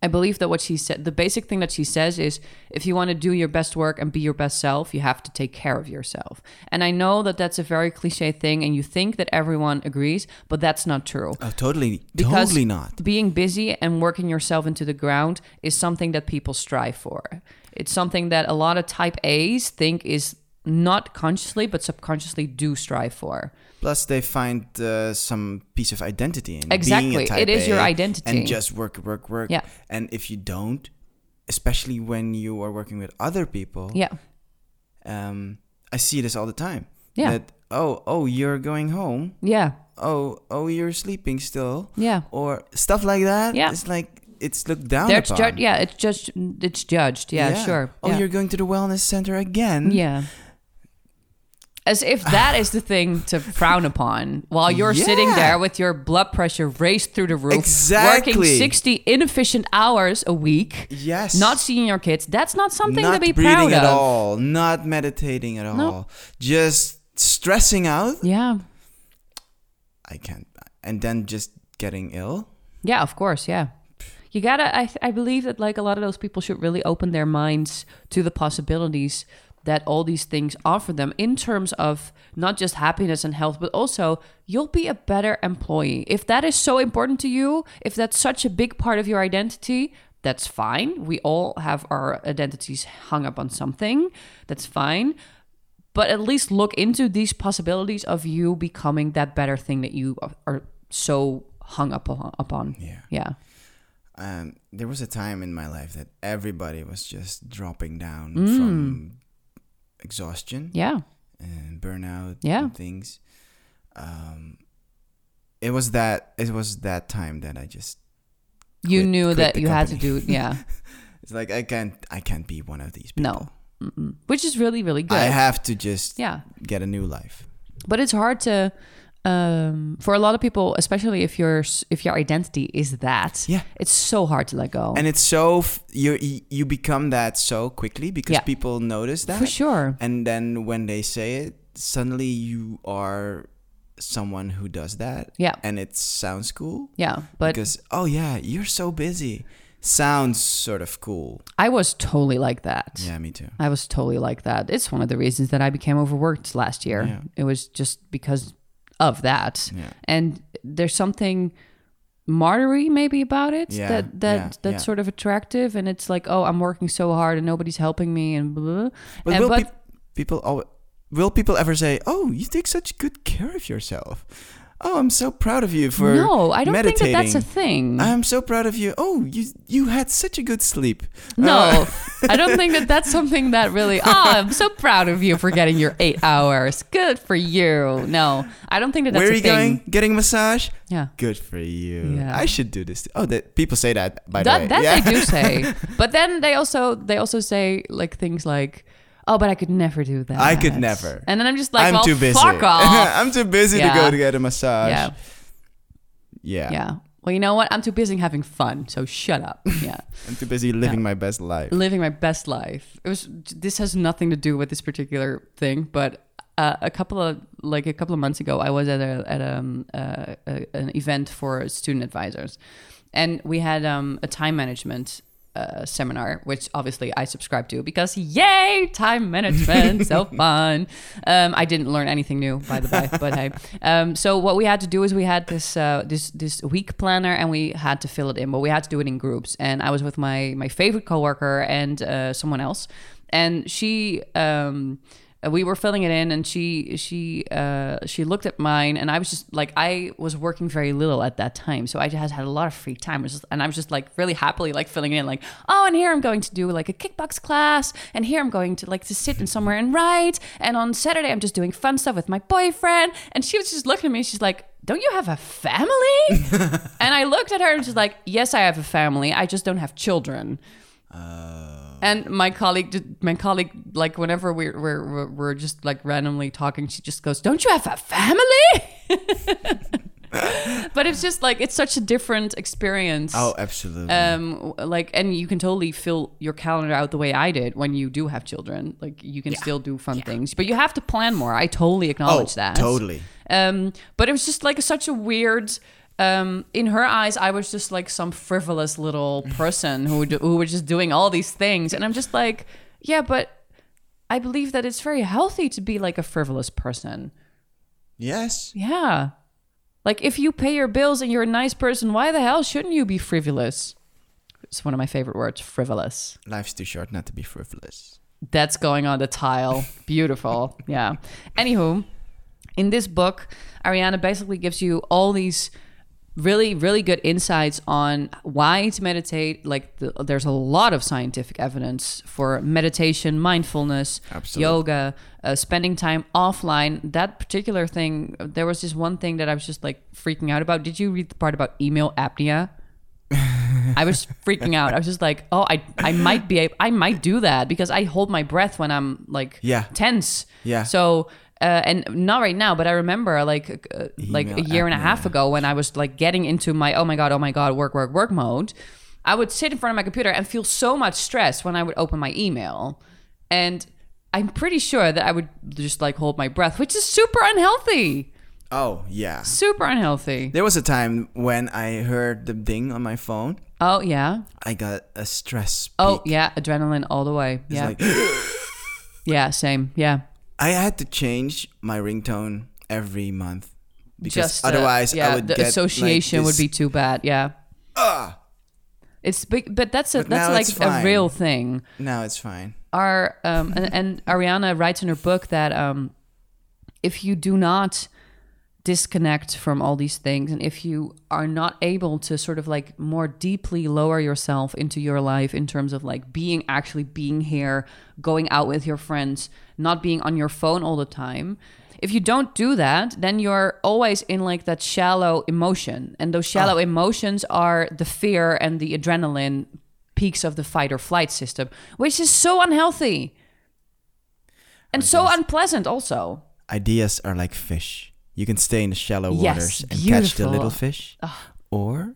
Speaker 2: I believe that what she said, the basic thing that she says is if you want to do your best work and be your best self, you have to take care of yourself. And I know that that's a very cliche thing and you think that everyone agrees, but that's not true.
Speaker 1: Oh, totally,
Speaker 2: Because
Speaker 1: totally not.
Speaker 2: Being busy and working yourself into the ground is something that people strive for. It's something that a lot of type A's think is not consciously, but subconsciously do strive for.
Speaker 1: Plus, they find uh, some piece of identity in being
Speaker 2: Exactly.
Speaker 1: a
Speaker 2: It
Speaker 1: type
Speaker 2: is your
Speaker 1: A
Speaker 2: identity.
Speaker 1: and just work, work, work.
Speaker 2: Yeah.
Speaker 1: And if you don't, especially when you are working with other people,
Speaker 2: Yeah.
Speaker 1: um, I see this all the time.
Speaker 2: Yeah.
Speaker 1: That oh oh you're going home.
Speaker 2: Yeah.
Speaker 1: Oh oh you're sleeping still.
Speaker 2: Yeah.
Speaker 1: Or stuff like that.
Speaker 2: Yeah.
Speaker 1: It's like it's looked down
Speaker 2: They're
Speaker 1: upon.
Speaker 2: ju- yeah, it's just it's judged. Yeah, sure.
Speaker 1: Oh,
Speaker 2: yeah.
Speaker 1: you're going to the wellness center again.
Speaker 2: Yeah. As if that is the thing to frown upon while you're
Speaker 1: Yeah.
Speaker 2: sitting there with your blood pressure raised through the roof, working
Speaker 1: Exactly.
Speaker 2: 60 inefficient hours a week,
Speaker 1: Yes.
Speaker 2: not seeing your kids. That's not something
Speaker 1: not
Speaker 2: to be
Speaker 1: breathing
Speaker 2: proud
Speaker 1: at
Speaker 2: of.
Speaker 1: all. Not meditating at all. Just stressing out.
Speaker 2: Yeah.
Speaker 1: I can't. And then just getting ill.
Speaker 2: Yeah, of course. Yeah. You gotta, I, th- I believe that like a lot of those people should really open their minds to the possibilities that all these things offer them in terms of not just happiness and health, but also you'll be a better employee. If that is so important to you, if that's such a big part of your identity, that's fine. We all have our identities hung up on something. That's fine but at least look into these possibilities of you becoming that better thing that you are so hung up upon- upon.
Speaker 1: Yeah.
Speaker 2: Yeah.
Speaker 1: Um, there was a time in my life that everybody was just dropping down from exhaustion
Speaker 2: Mm. Yeah.
Speaker 1: and burnout
Speaker 2: Yeah.
Speaker 1: and things. Um, it was that it was that time that I just
Speaker 2: You
Speaker 1: Quit-
Speaker 2: knew
Speaker 1: quit
Speaker 2: that
Speaker 1: the
Speaker 2: you had to do
Speaker 1: company.
Speaker 2: yeah.
Speaker 1: it's like I can't I can't be one of these people.
Speaker 2: No. Mm-mm. Which is really really good.
Speaker 1: I have to just
Speaker 2: yeah.
Speaker 1: get a new life.
Speaker 2: but it's hard to um for a lot of people especially if your if your identity is that
Speaker 1: Yeah.
Speaker 2: it's so hard to let go
Speaker 1: And it's so f- you you- you become that so quickly because
Speaker 2: Yeah.
Speaker 1: people notice that.
Speaker 2: for sure
Speaker 1: And then when they say it, suddenly you are someone who does that.
Speaker 2: Yeah.
Speaker 1: And it sounds cool.
Speaker 2: yeah but
Speaker 1: because oh yeah, you're so busy. Sounds sort of cool.
Speaker 2: i was totally like that
Speaker 1: Yeah, me too.
Speaker 2: i was totally like that it's one of the reasons that i became overworked last year
Speaker 1: Yeah.
Speaker 2: it was just because of that
Speaker 1: Yeah.
Speaker 2: and there's something martyry maybe about it
Speaker 1: Yeah,
Speaker 2: that that
Speaker 1: yeah,
Speaker 2: that's
Speaker 1: yeah.
Speaker 2: sort of attractive and it's like oh i'm working so hard and nobody's helping me and blah, blah, blah.
Speaker 1: But
Speaker 2: And-
Speaker 1: will peop people always, will people ever say, "Oh, you take such good care of yourself"? Oh, I'm so proud of you for
Speaker 2: no i don't think that that's a
Speaker 1: meditating.
Speaker 2: thing
Speaker 1: I'm so proud of you. Oh, you you had such a good sleep. uh,
Speaker 2: No, I don't think that that's something that really. Oh, I'm so proud of you for getting your eight hours. Good for you. No, I don't think that
Speaker 1: Where
Speaker 2: that's
Speaker 1: are you
Speaker 2: a thing.
Speaker 1: going? Getting a massage?
Speaker 2: Yeah,
Speaker 1: Good for you.
Speaker 2: Yeah.
Speaker 1: I should do this. Oh, that people say that by the way.
Speaker 2: that, that
Speaker 1: yeah.
Speaker 2: they do say. But then they also they also say like things like, "Oh, but I could never do that.
Speaker 1: I could never.
Speaker 2: And then I'm just like,
Speaker 1: I'm
Speaker 2: well,
Speaker 1: too busy. Oh,
Speaker 2: fuck off.
Speaker 1: I'm too busy
Speaker 2: Yeah.
Speaker 1: to go to get a massage.
Speaker 2: yeah,
Speaker 1: Yeah.
Speaker 2: yeah. Well, you know what? I'm too busy having fun. So shut up. Yeah.
Speaker 1: I'm too busy living my best life.
Speaker 2: living my best life. It was this has nothing to do with this particular thing, but uh, a couple of like a couple of months ago, I was at a at a, um, uh, a an event for student advisors, and we had um, a time management. Uh, seminar, which obviously I subscribe to because yay, time management, so fun. Um, I didn't learn anything new, by the by, but hey. Um, so what we had to do is we had this uh, this this week planner and we had to fill it in, but we had to do it in groups. And I was with my my favorite coworker and uh, someone else, and she. Um, uh, we were filling it in and she she uh, she looked at mine and I was just like I was working very little at that time so I just had a lot of free time It was just- and I was just like really happily like filling it in like oh and here I'm going to do like a kickbox class and here I'm going to like to sit in somewhere and write and on Saturday I'm just doing fun stuff with my boyfriend and she was just looking at me she's like don't you have a family and I looked at her and she's like yes I have a family I just don't have children
Speaker 1: Oh.
Speaker 2: and my colleague, did- my colleague, like whenever we're we're we're- we're just like randomly talking, she just goes, "Don't you have a family?" but it's just like it's such a different experience.
Speaker 1: Oh, absolutely.
Speaker 2: Um, like, and you can totally fill your calendar out the way I did when you do have children. Like, you can still do fun things, but you have to plan more. I totally acknowledge that.
Speaker 1: Oh, totally.
Speaker 2: Um, but it was just like such a weird. Um, in her eyes, I was just like some frivolous little person who d- who was just doing all these things, and I'm just like, yeah, but I believe that it's very healthy to be like a frivolous person.
Speaker 1: yes.
Speaker 2: Yeah, like if you pay your bills and you're a nice person, why the hell shouldn't you be frivolous? It's one of my favorite words, frivolous.
Speaker 1: Life's too short not to be frivolous.
Speaker 2: That's going on the tile. Beautiful. Yeah. Anywho, in this book, Ariana basically gives you all these really, really good insights on why to meditate. Like, the, there's a lot of scientific evidence for meditation, mindfulness,
Speaker 1: Absolutely.
Speaker 2: yoga, uh, spending time offline. That particular thing, there was this one thing that I was just like freaking out about. Did you read the part about email apnea? I was freaking out. I was just like, "Oh, I, I might be, ab- I might do that because I hold my breath when I'm like,
Speaker 1: Yeah.
Speaker 2: tense.
Speaker 1: Yeah.
Speaker 2: So, uh, and not right now, but I remember like, uh, like a
Speaker 1: Email
Speaker 2: year and a
Speaker 1: apnea.
Speaker 2: half ago when I was like getting into my oh my god, oh my god, work, work, work mode. I would sit in front of my computer and feel so much stress when I would open my email, and I'm pretty sure that I would just like hold my breath, which is super unhealthy.
Speaker 1: Oh, yeah.
Speaker 2: Super unhealthy.
Speaker 1: There was a time when I heard the ding on my phone.
Speaker 2: Oh yeah.
Speaker 1: I got a stress.
Speaker 2: Oh
Speaker 1: peak.
Speaker 2: yeah. Adrenaline all the way. Yeah.
Speaker 1: Like,
Speaker 2: Yeah, same. Yeah.
Speaker 1: I had to change my ringtone every month because
Speaker 2: uh,
Speaker 1: otherwise
Speaker 2: yeah,
Speaker 1: I would
Speaker 2: the
Speaker 1: get like,
Speaker 2: association
Speaker 1: this-
Speaker 2: would be too bad. Yeah.
Speaker 1: Ah!
Speaker 2: It's big, but that's a that's
Speaker 1: now
Speaker 2: like
Speaker 1: it's
Speaker 2: a
Speaker 1: fine.
Speaker 2: real thing.
Speaker 1: Now it's fine.
Speaker 2: Our um and, and Ariana writes in her book that um if you do not disconnect from all these things and if you are not able to sort of like more deeply lower yourself into your life in terms of like being actually being here going out with your friends not being on your phone all the time if you don't do that then you're always in like that shallow emotion and those shallow emotions are the fear and the adrenaline peaks of the fight or flight system which is so unhealthy and so unpleasant also
Speaker 1: Ideas are like fish. You can stay in the shallow
Speaker 2: Yes,
Speaker 1: waters and catch the
Speaker 2: beautiful.
Speaker 1: little fish, or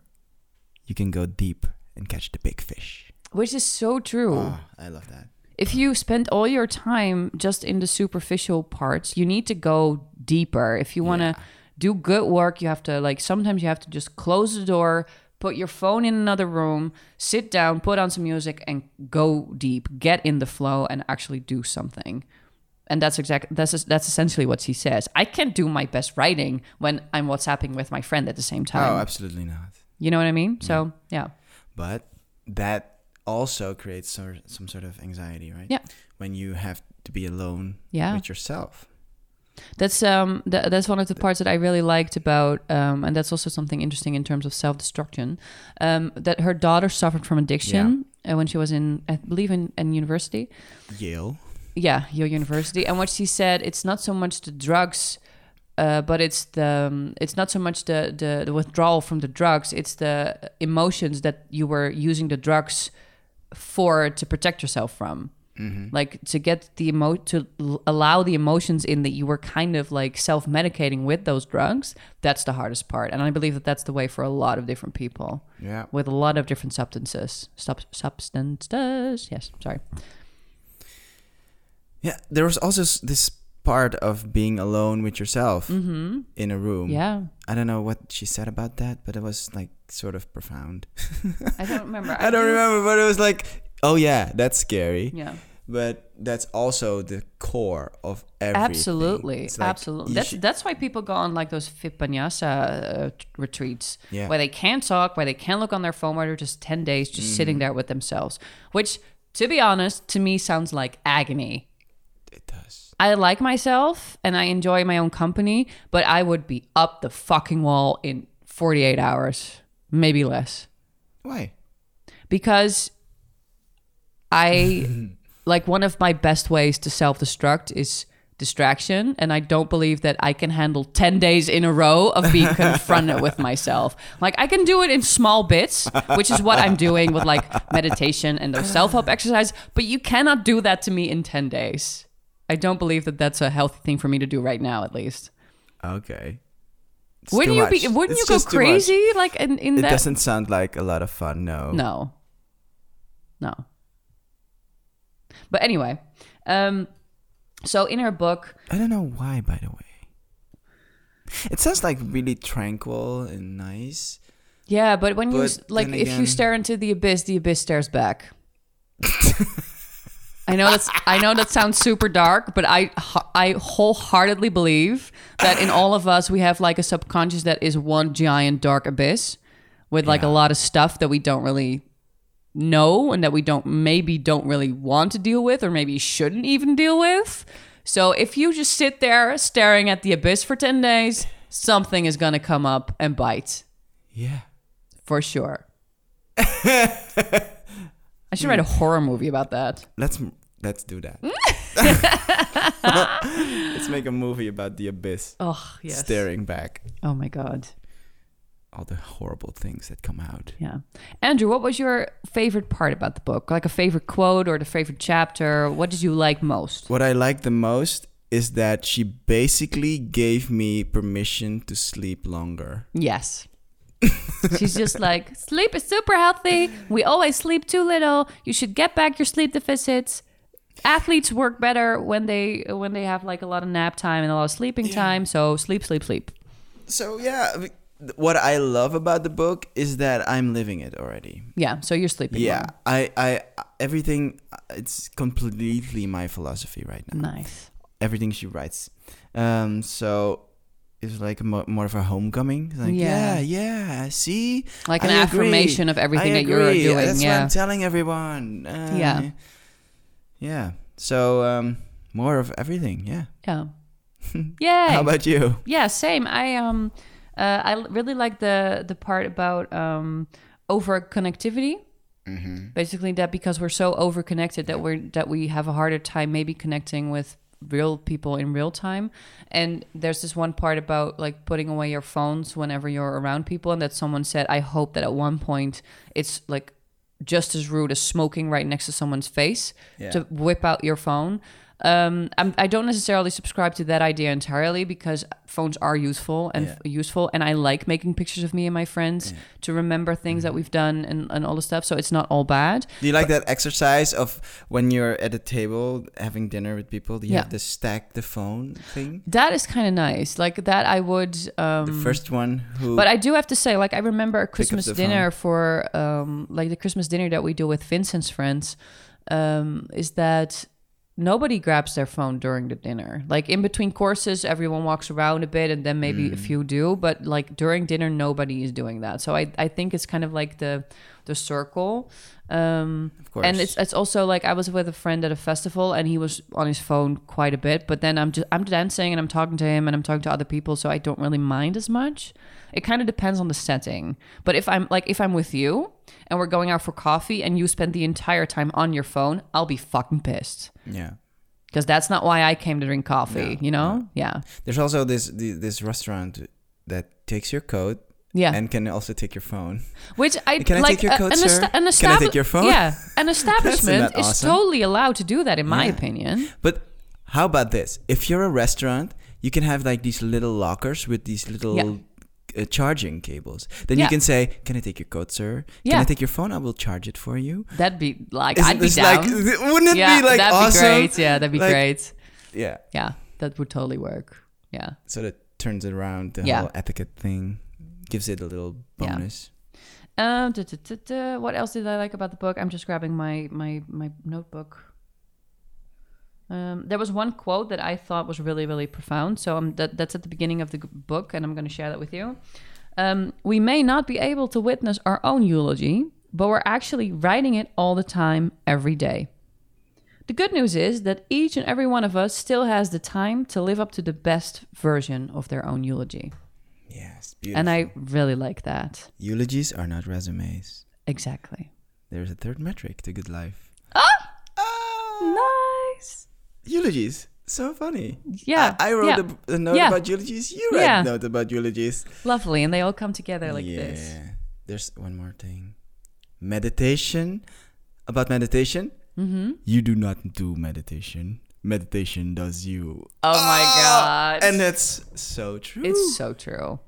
Speaker 1: you can go deep and catch the big fish.
Speaker 2: which is so true
Speaker 1: Oh, I love that.
Speaker 2: if you spend all your time just in the superficial parts, you need to go deeper. If you want to do good work, you have to like sometimes you have to just close the door, put your phone in another room, sit down, put on some music and go deep. Get in the flow and actually do something. And that's exactly that's that's essentially what she says. I can't do my best writing when I'm WhatsApping with my friend at the same
Speaker 1: Oh,
Speaker 2: time.
Speaker 1: absolutely not.
Speaker 2: you know what I mean? So, yeah.
Speaker 1: But that also creates sor- some sort of anxiety, right?
Speaker 2: Yeah.
Speaker 1: When you have to be alone
Speaker 2: Yeah.
Speaker 1: with yourself.
Speaker 2: That's um th- that's one of the parts that I really liked about um and that's also something interesting in terms of self destruction um that her daughter suffered from addiction uh, when she was in I believe in, in university
Speaker 1: Yale.
Speaker 2: yeah your university and what she said it's not so much the drugs uh, but it's the um, it's not so much the, the the withdrawal from the drugs it's the emotions that you were using the drugs for to protect yourself from
Speaker 1: Mm-hmm.
Speaker 2: like to get the emo to l- allow the emotions in that you were kind of like self-medicating with those drugs that's the hardest part and i believe that that's the way for a lot of different people
Speaker 1: Yeah.
Speaker 2: with a lot of different substances Sub- substances yes sorry
Speaker 1: Yeah. There was also s- this part of being alone with yourself in a room.
Speaker 2: Mm-hmm. yeah
Speaker 1: I don't know what she said about that, but it was like sort of profound.
Speaker 2: i don't remember
Speaker 1: I don't
Speaker 2: think-
Speaker 1: remember, but it was like, oh yeah, that's scary.
Speaker 2: Yeah.
Speaker 1: But that's also the core of everything.
Speaker 2: Absolutely,
Speaker 1: It's like
Speaker 2: absolutely.
Speaker 1: you
Speaker 2: That's
Speaker 1: should-
Speaker 2: that's why people go on like those fit vinyasa uh, t- retreats,
Speaker 1: Yeah.
Speaker 2: where they can't talk, where they can't look on their phone, where they're just ten days just
Speaker 1: Mm-hmm.
Speaker 2: sitting there with themselves. Which, to be honest, to me sounds like agony.
Speaker 1: it does.
Speaker 2: I like myself and I enjoy my own company, but I would be up the fucking wall in forty eight hours, maybe less
Speaker 1: Why?
Speaker 2: because I like one of my best ways to self destruct is distraction and I don't believe that I can handle 10 days in a row of being confronted with myself. Like I can do it in small bits, which is what I'm doing with like meditation and those self-help exercises, but you cannot do that to me in 10 days. I don't believe that that's a healthy thing for me to do right now at least.
Speaker 1: Okay. It's
Speaker 2: wouldn't
Speaker 1: too
Speaker 2: you
Speaker 1: much.
Speaker 2: be wouldn't
Speaker 1: It's
Speaker 2: you go
Speaker 1: just too much.
Speaker 2: crazy like in, in
Speaker 1: It
Speaker 2: that
Speaker 1: doesn't sound like a lot of fun. No.
Speaker 2: No. No. But anyway, um, so in her book,
Speaker 1: I don't know why, by the way. It sounds like really tranquil and nice.
Speaker 2: yeah, but when you
Speaker 1: But
Speaker 2: s- like,
Speaker 1: then
Speaker 2: if you
Speaker 1: again-
Speaker 2: stare into the abyss, the abyss stares back. I know that's I know that sounds super dark, but I I wholeheartedly believe that in all of us we have like a subconscious that is one giant dark abyss with like a lot of stuff that we don't really know and that we don't maybe don't really want to deal with or maybe shouldn't even deal with. So if you just sit there staring at the abyss for 10 days, something is going to come up and bite
Speaker 1: Yeah.
Speaker 2: for sure. I should write a horror movie about that.
Speaker 1: Let's m- let's do that. let's make a movie about the abyss,
Speaker 2: Oh, yes.
Speaker 1: staring back,
Speaker 2: Oh my god.
Speaker 1: all the horrible things that come out.
Speaker 2: Yeah. Andrew, what was your favorite part about the book? Like a favorite quote or the favorite chapter? What did you like most?
Speaker 1: What I like the most is that she basically gave me permission to sleep longer.
Speaker 2: Yes. She's just like, sleep is super healthy. We always sleep too little. You should get back your sleep deficits. Athletes work better when they when they have like a lot of nap time and a lot of sleeping time. So sleep, sleep, sleep.
Speaker 1: So yeah, I mean, th- what I love about the book is that I'm living it already.
Speaker 2: Yeah. So you're sleeping.
Speaker 1: Yeah, I, I, everything, uh, it's completely my philosophy right now.
Speaker 2: well. Nice.
Speaker 1: Everything she writes, um, so it's like mo- more of a homecoming. It's like, yeah,
Speaker 2: Yeah.
Speaker 1: yeah, see,
Speaker 2: Like an
Speaker 1: I agree.
Speaker 2: affirmation of everything
Speaker 1: I
Speaker 2: that you're
Speaker 1: agree.
Speaker 2: doing,
Speaker 1: That's what
Speaker 2: yeah.
Speaker 1: I'm telling everyone. Uh,
Speaker 2: Yeah.
Speaker 1: yeah. So um, more of everything. Yeah.
Speaker 2: Yeah. Yeah.
Speaker 1: How about you?
Speaker 2: Yeah, same. I um, uh, I l- really like the the part about um over connectivity. Basically, that because we're so overconnected that we're that we have a harder time maybe connecting with real people in real time. And there's this one part about like putting away your phones whenever you're around people, and that someone said, "I hope that at one point it's like." just as rude as smoking right next to someone's face to whip out your phone. Um, I'm, I don't necessarily subscribe to that idea entirely because phones are useful and f- useful, and I like making pictures of me and my friends to remember things
Speaker 1: Mm.
Speaker 2: that we've done and, and all the stuff. So it's not all bad.
Speaker 1: Do you like that exercise of when you're at a table having dinner with people? Do you
Speaker 2: Yeah.
Speaker 1: have the stack the phone thing?
Speaker 2: That is kind of nice. Like that, I would. Um,
Speaker 1: The first one who
Speaker 2: But I do have to say, like, I remember a Christmas
Speaker 1: the
Speaker 2: dinner for, um, like, the Christmas dinner that we do with Vincent's friends, um, is that nobody grabs their phone during the dinner. Like, in between courses, everyone walks around a bit, and then maybe
Speaker 1: Mm.
Speaker 2: a few do. But like during dinner, nobody is doing that. So I, I think it's kind of like the, the circle. Um,
Speaker 1: Of course.
Speaker 2: and it's it's also like I was with a friend at a festival and he was on his phone quite a bit, but then I'm just I'm dancing and I'm talking to him and I'm talking to other people, so I don't really mind as much. It kind of depends on the setting. But if I'm like if I'm with you and we're going out for coffee and you spend the entire time on your phone, I'll be fucking pissed
Speaker 1: yeah.
Speaker 2: because that's not why I came to drink coffee. you know? Yeah.
Speaker 1: There's also this the- this restaurant that takes your coat
Speaker 2: Yeah.
Speaker 1: and can also take your phone.
Speaker 2: Which I
Speaker 1: Can I
Speaker 2: like.
Speaker 1: take your
Speaker 2: a-
Speaker 1: coat,
Speaker 2: an
Speaker 1: sir?
Speaker 2: esta- an
Speaker 1: Can I take
Speaker 2: establi-
Speaker 1: your phone?
Speaker 2: Yeah, an establishment
Speaker 1: that
Speaker 2: is
Speaker 1: awesome?
Speaker 2: totally allowed to do that, in my
Speaker 1: Yeah.
Speaker 2: opinion.
Speaker 1: But how about this? If you're a restaurant, you can have like these little lockers with these little uh, charging cables. Then
Speaker 2: Yeah.
Speaker 1: you can say, "Can I take your coat, sir? Can
Speaker 2: Yeah.
Speaker 1: I take your phone? I will charge it for you."
Speaker 2: That'd be like
Speaker 1: Isn't
Speaker 2: I'd be
Speaker 1: this
Speaker 2: down.
Speaker 1: like th- wouldn't it
Speaker 2: yeah,
Speaker 1: be like
Speaker 2: that'd
Speaker 1: awesome?
Speaker 2: be great. Yeah, that'd be
Speaker 1: Like-
Speaker 2: great.
Speaker 1: Yeah.
Speaker 2: Yeah, that would totally work. Yeah.
Speaker 1: So that turns it around the
Speaker 2: Yeah.
Speaker 1: whole etiquette thing, gives it a little
Speaker 2: Yeah.
Speaker 1: bonus.
Speaker 2: Um, duh, duh, duh, duh. What else did I like about the book? I'm just grabbing my my my notebook. Um, there was one quote that I thought was really really profound. So um, that that's at the beginning of the g- book, and I'm going to share that with you. Um, we may not be able to witness our own eulogy, but we're actually writing it all the time, every day. The good news is that each and every one of us still has the time to live up to the best version of their own eulogy.
Speaker 1: Yes, beautiful.
Speaker 2: And I really like that.
Speaker 1: eulogies are not resumes.
Speaker 2: Exactly.
Speaker 1: There's a third metric to good life.
Speaker 2: Nice.
Speaker 1: Eulogies. So funny.
Speaker 2: Yeah,
Speaker 1: I, I wrote
Speaker 2: yeah.
Speaker 1: a b- a, note
Speaker 2: Yeah.
Speaker 1: about eulogies. You wrote
Speaker 2: Yeah.
Speaker 1: a note about eulogies.
Speaker 2: Lovely. And they all come together like
Speaker 1: yeah.
Speaker 2: this.
Speaker 1: There's one more thing. Meditation. About meditation. Mm-hmm. You do not do meditation. Meditation does you. Ah,
Speaker 2: Oh my God.
Speaker 1: And that's so true.
Speaker 2: it's so true.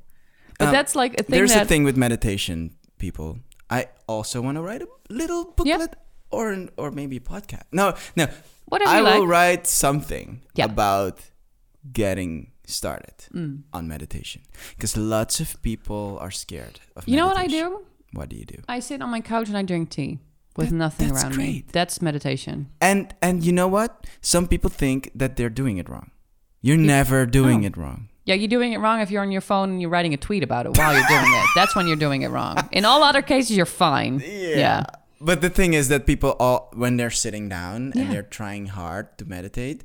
Speaker 2: But
Speaker 1: Um,
Speaker 2: that's like a thing
Speaker 1: There's
Speaker 2: that.
Speaker 1: a thing with meditation, people. I also want to write a little booklet or an, or maybe a podcast. No, no.
Speaker 2: Whatever
Speaker 1: I
Speaker 2: you
Speaker 1: will
Speaker 2: like.
Speaker 1: write something
Speaker 2: Yeah. Mm.
Speaker 1: about getting started on meditation because lots of people are scared of
Speaker 2: You know what I
Speaker 1: meditation.
Speaker 2: do?
Speaker 1: What do you do?
Speaker 2: I sit on my couch and I drink tea with nothing
Speaker 1: that's
Speaker 2: around me.
Speaker 1: great.
Speaker 2: That's meditation.
Speaker 1: And and you know what? Some people think that they're doing it wrong. You're never doing it wrong.
Speaker 2: Yeah, you're doing it wrong if you're on your phone and you're writing a tweet about it while you're doing it. That's when you're doing it wrong. In all other cases, you're fine. Yeah.
Speaker 1: But the thing is that people all when they're sitting down and they're trying hard to meditate,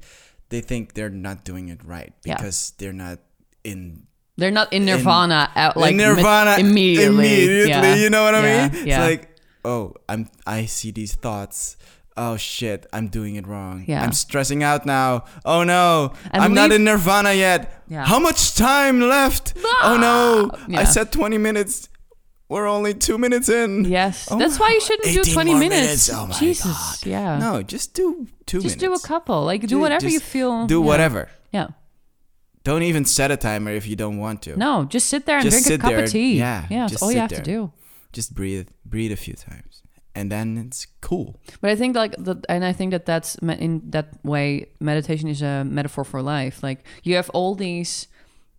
Speaker 1: they think they're not doing it right
Speaker 2: Yeah.
Speaker 1: because they're not in
Speaker 2: They're not in nirvana out like
Speaker 1: in
Speaker 2: mi-
Speaker 1: nirvana
Speaker 2: immediately.
Speaker 1: immediately,
Speaker 2: Yeah.
Speaker 1: you know what I
Speaker 2: Yeah,
Speaker 1: mean?
Speaker 2: yeah.
Speaker 1: It's like, oh, I'm I see these thoughts. Oh shit, I'm doing it wrong.
Speaker 2: Yeah.
Speaker 1: I'm stressing out now. Oh no,
Speaker 2: And
Speaker 1: I'm not
Speaker 2: leave-
Speaker 1: in nirvana yet.
Speaker 2: Yeah. Ah!
Speaker 1: How much time left? Oh no, I
Speaker 2: Yeah.
Speaker 1: said 20 minutes. We're only two minutes in.
Speaker 2: Yes,
Speaker 1: Oh
Speaker 2: that's
Speaker 1: my
Speaker 2: why you
Speaker 1: God.
Speaker 2: shouldn't do
Speaker 1: 18
Speaker 2: 20
Speaker 1: more
Speaker 2: minutes.
Speaker 1: Oh my
Speaker 2: Jesus,
Speaker 1: God.
Speaker 2: yeah.
Speaker 1: No, just do two minutes.
Speaker 2: just do a couple. Like do, whatever you
Speaker 1: just
Speaker 2: feel.
Speaker 1: Do
Speaker 2: yeah.
Speaker 1: whatever.
Speaker 2: Yeah.
Speaker 1: Don't even set a timer if you don't want to.
Speaker 2: No, just sit there and
Speaker 1: Just
Speaker 2: drink a
Speaker 1: sit
Speaker 2: cup
Speaker 1: there.
Speaker 2: of tea.
Speaker 1: Yeah,
Speaker 2: Yeah, that's
Speaker 1: just
Speaker 2: all you
Speaker 1: sit
Speaker 2: have to
Speaker 1: there.
Speaker 2: do.
Speaker 1: Just breathe, breathe a few times, and then it's cool.
Speaker 2: But I think like the, and I think that that's me- in that way meditation is a metaphor for life. Like you have all these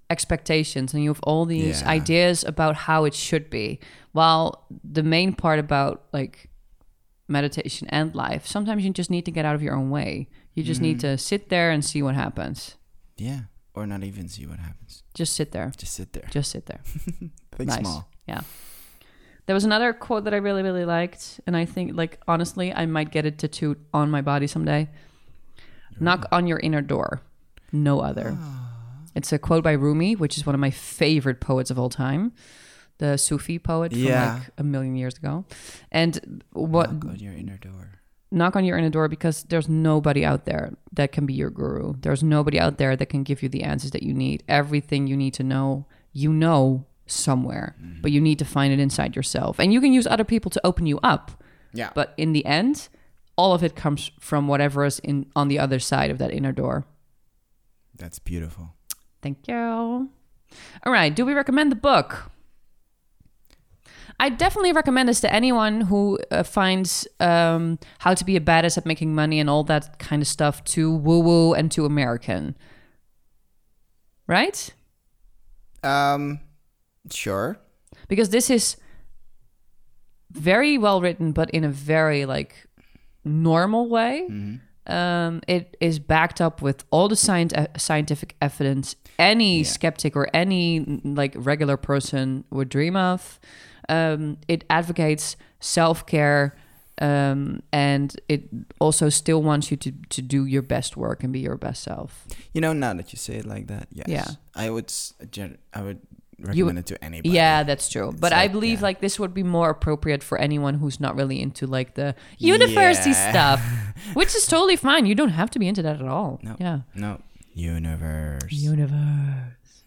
Speaker 2: expectations and you have all these
Speaker 1: Yeah.
Speaker 2: ideas about how it should be. While the main part about like meditation and life, sometimes you just need to get out of your own way. You just
Speaker 1: Mm.
Speaker 2: need to sit there and see what happens.
Speaker 1: Yeah, or not even see what happens.
Speaker 2: Just sit there.
Speaker 1: Just sit there.
Speaker 2: Just sit there.
Speaker 1: Think small.
Speaker 2: Yeah. There was another quote that I really, really liked, and I think, like, honestly, I might get it tattooed
Speaker 1: Ah.
Speaker 2: on my body someday. Knock on your inner door, no other. It's a quote by Rumi, which is one of my favorite poets of all time, the Sufi poet from
Speaker 1: Yeah.
Speaker 2: like a million years ago. And what
Speaker 1: Knock on your inner door.
Speaker 2: knock on your inner door because there's nobody out there that can be your guru. There's nobody out there that can give you the answers that you need. Everything you need to know, you know somewhere, but you need to find it inside yourself. And you can use other people to open you up.
Speaker 1: Yeah.
Speaker 2: But in the end, all of it comes from whatever is in on the other side of that inner door.
Speaker 1: That's beautiful.
Speaker 2: Thank you. All right. Do we recommend the book? I definitely recommend this to anyone who uh, finds um, how to be a badass at making money and all that kind of stuff too woo woo and too American. Right?
Speaker 1: Um, sure.
Speaker 2: Because this is very well written, but in a very like normal way. Um, it is backed up with all the science, scientific evidence any skeptic or any n- like regular person would dream of. Um, it advocates self care, um, and it also still wants you to to do your best work and be your best self.
Speaker 1: You know, now that you say it like that, yes.
Speaker 2: Yeah.
Speaker 1: I would. s- gen- I would recommend it to anybody.
Speaker 2: Yeah, that's true. But I
Speaker 1: like,
Speaker 2: believe
Speaker 1: yeah.
Speaker 2: like this would be more appropriate for anyone who's not really into like the university
Speaker 1: Yeah.
Speaker 2: stuff, which is totally fine. You don't have to be into that at all.
Speaker 1: No.
Speaker 2: Yeah.
Speaker 1: No. Universe.
Speaker 2: Universe.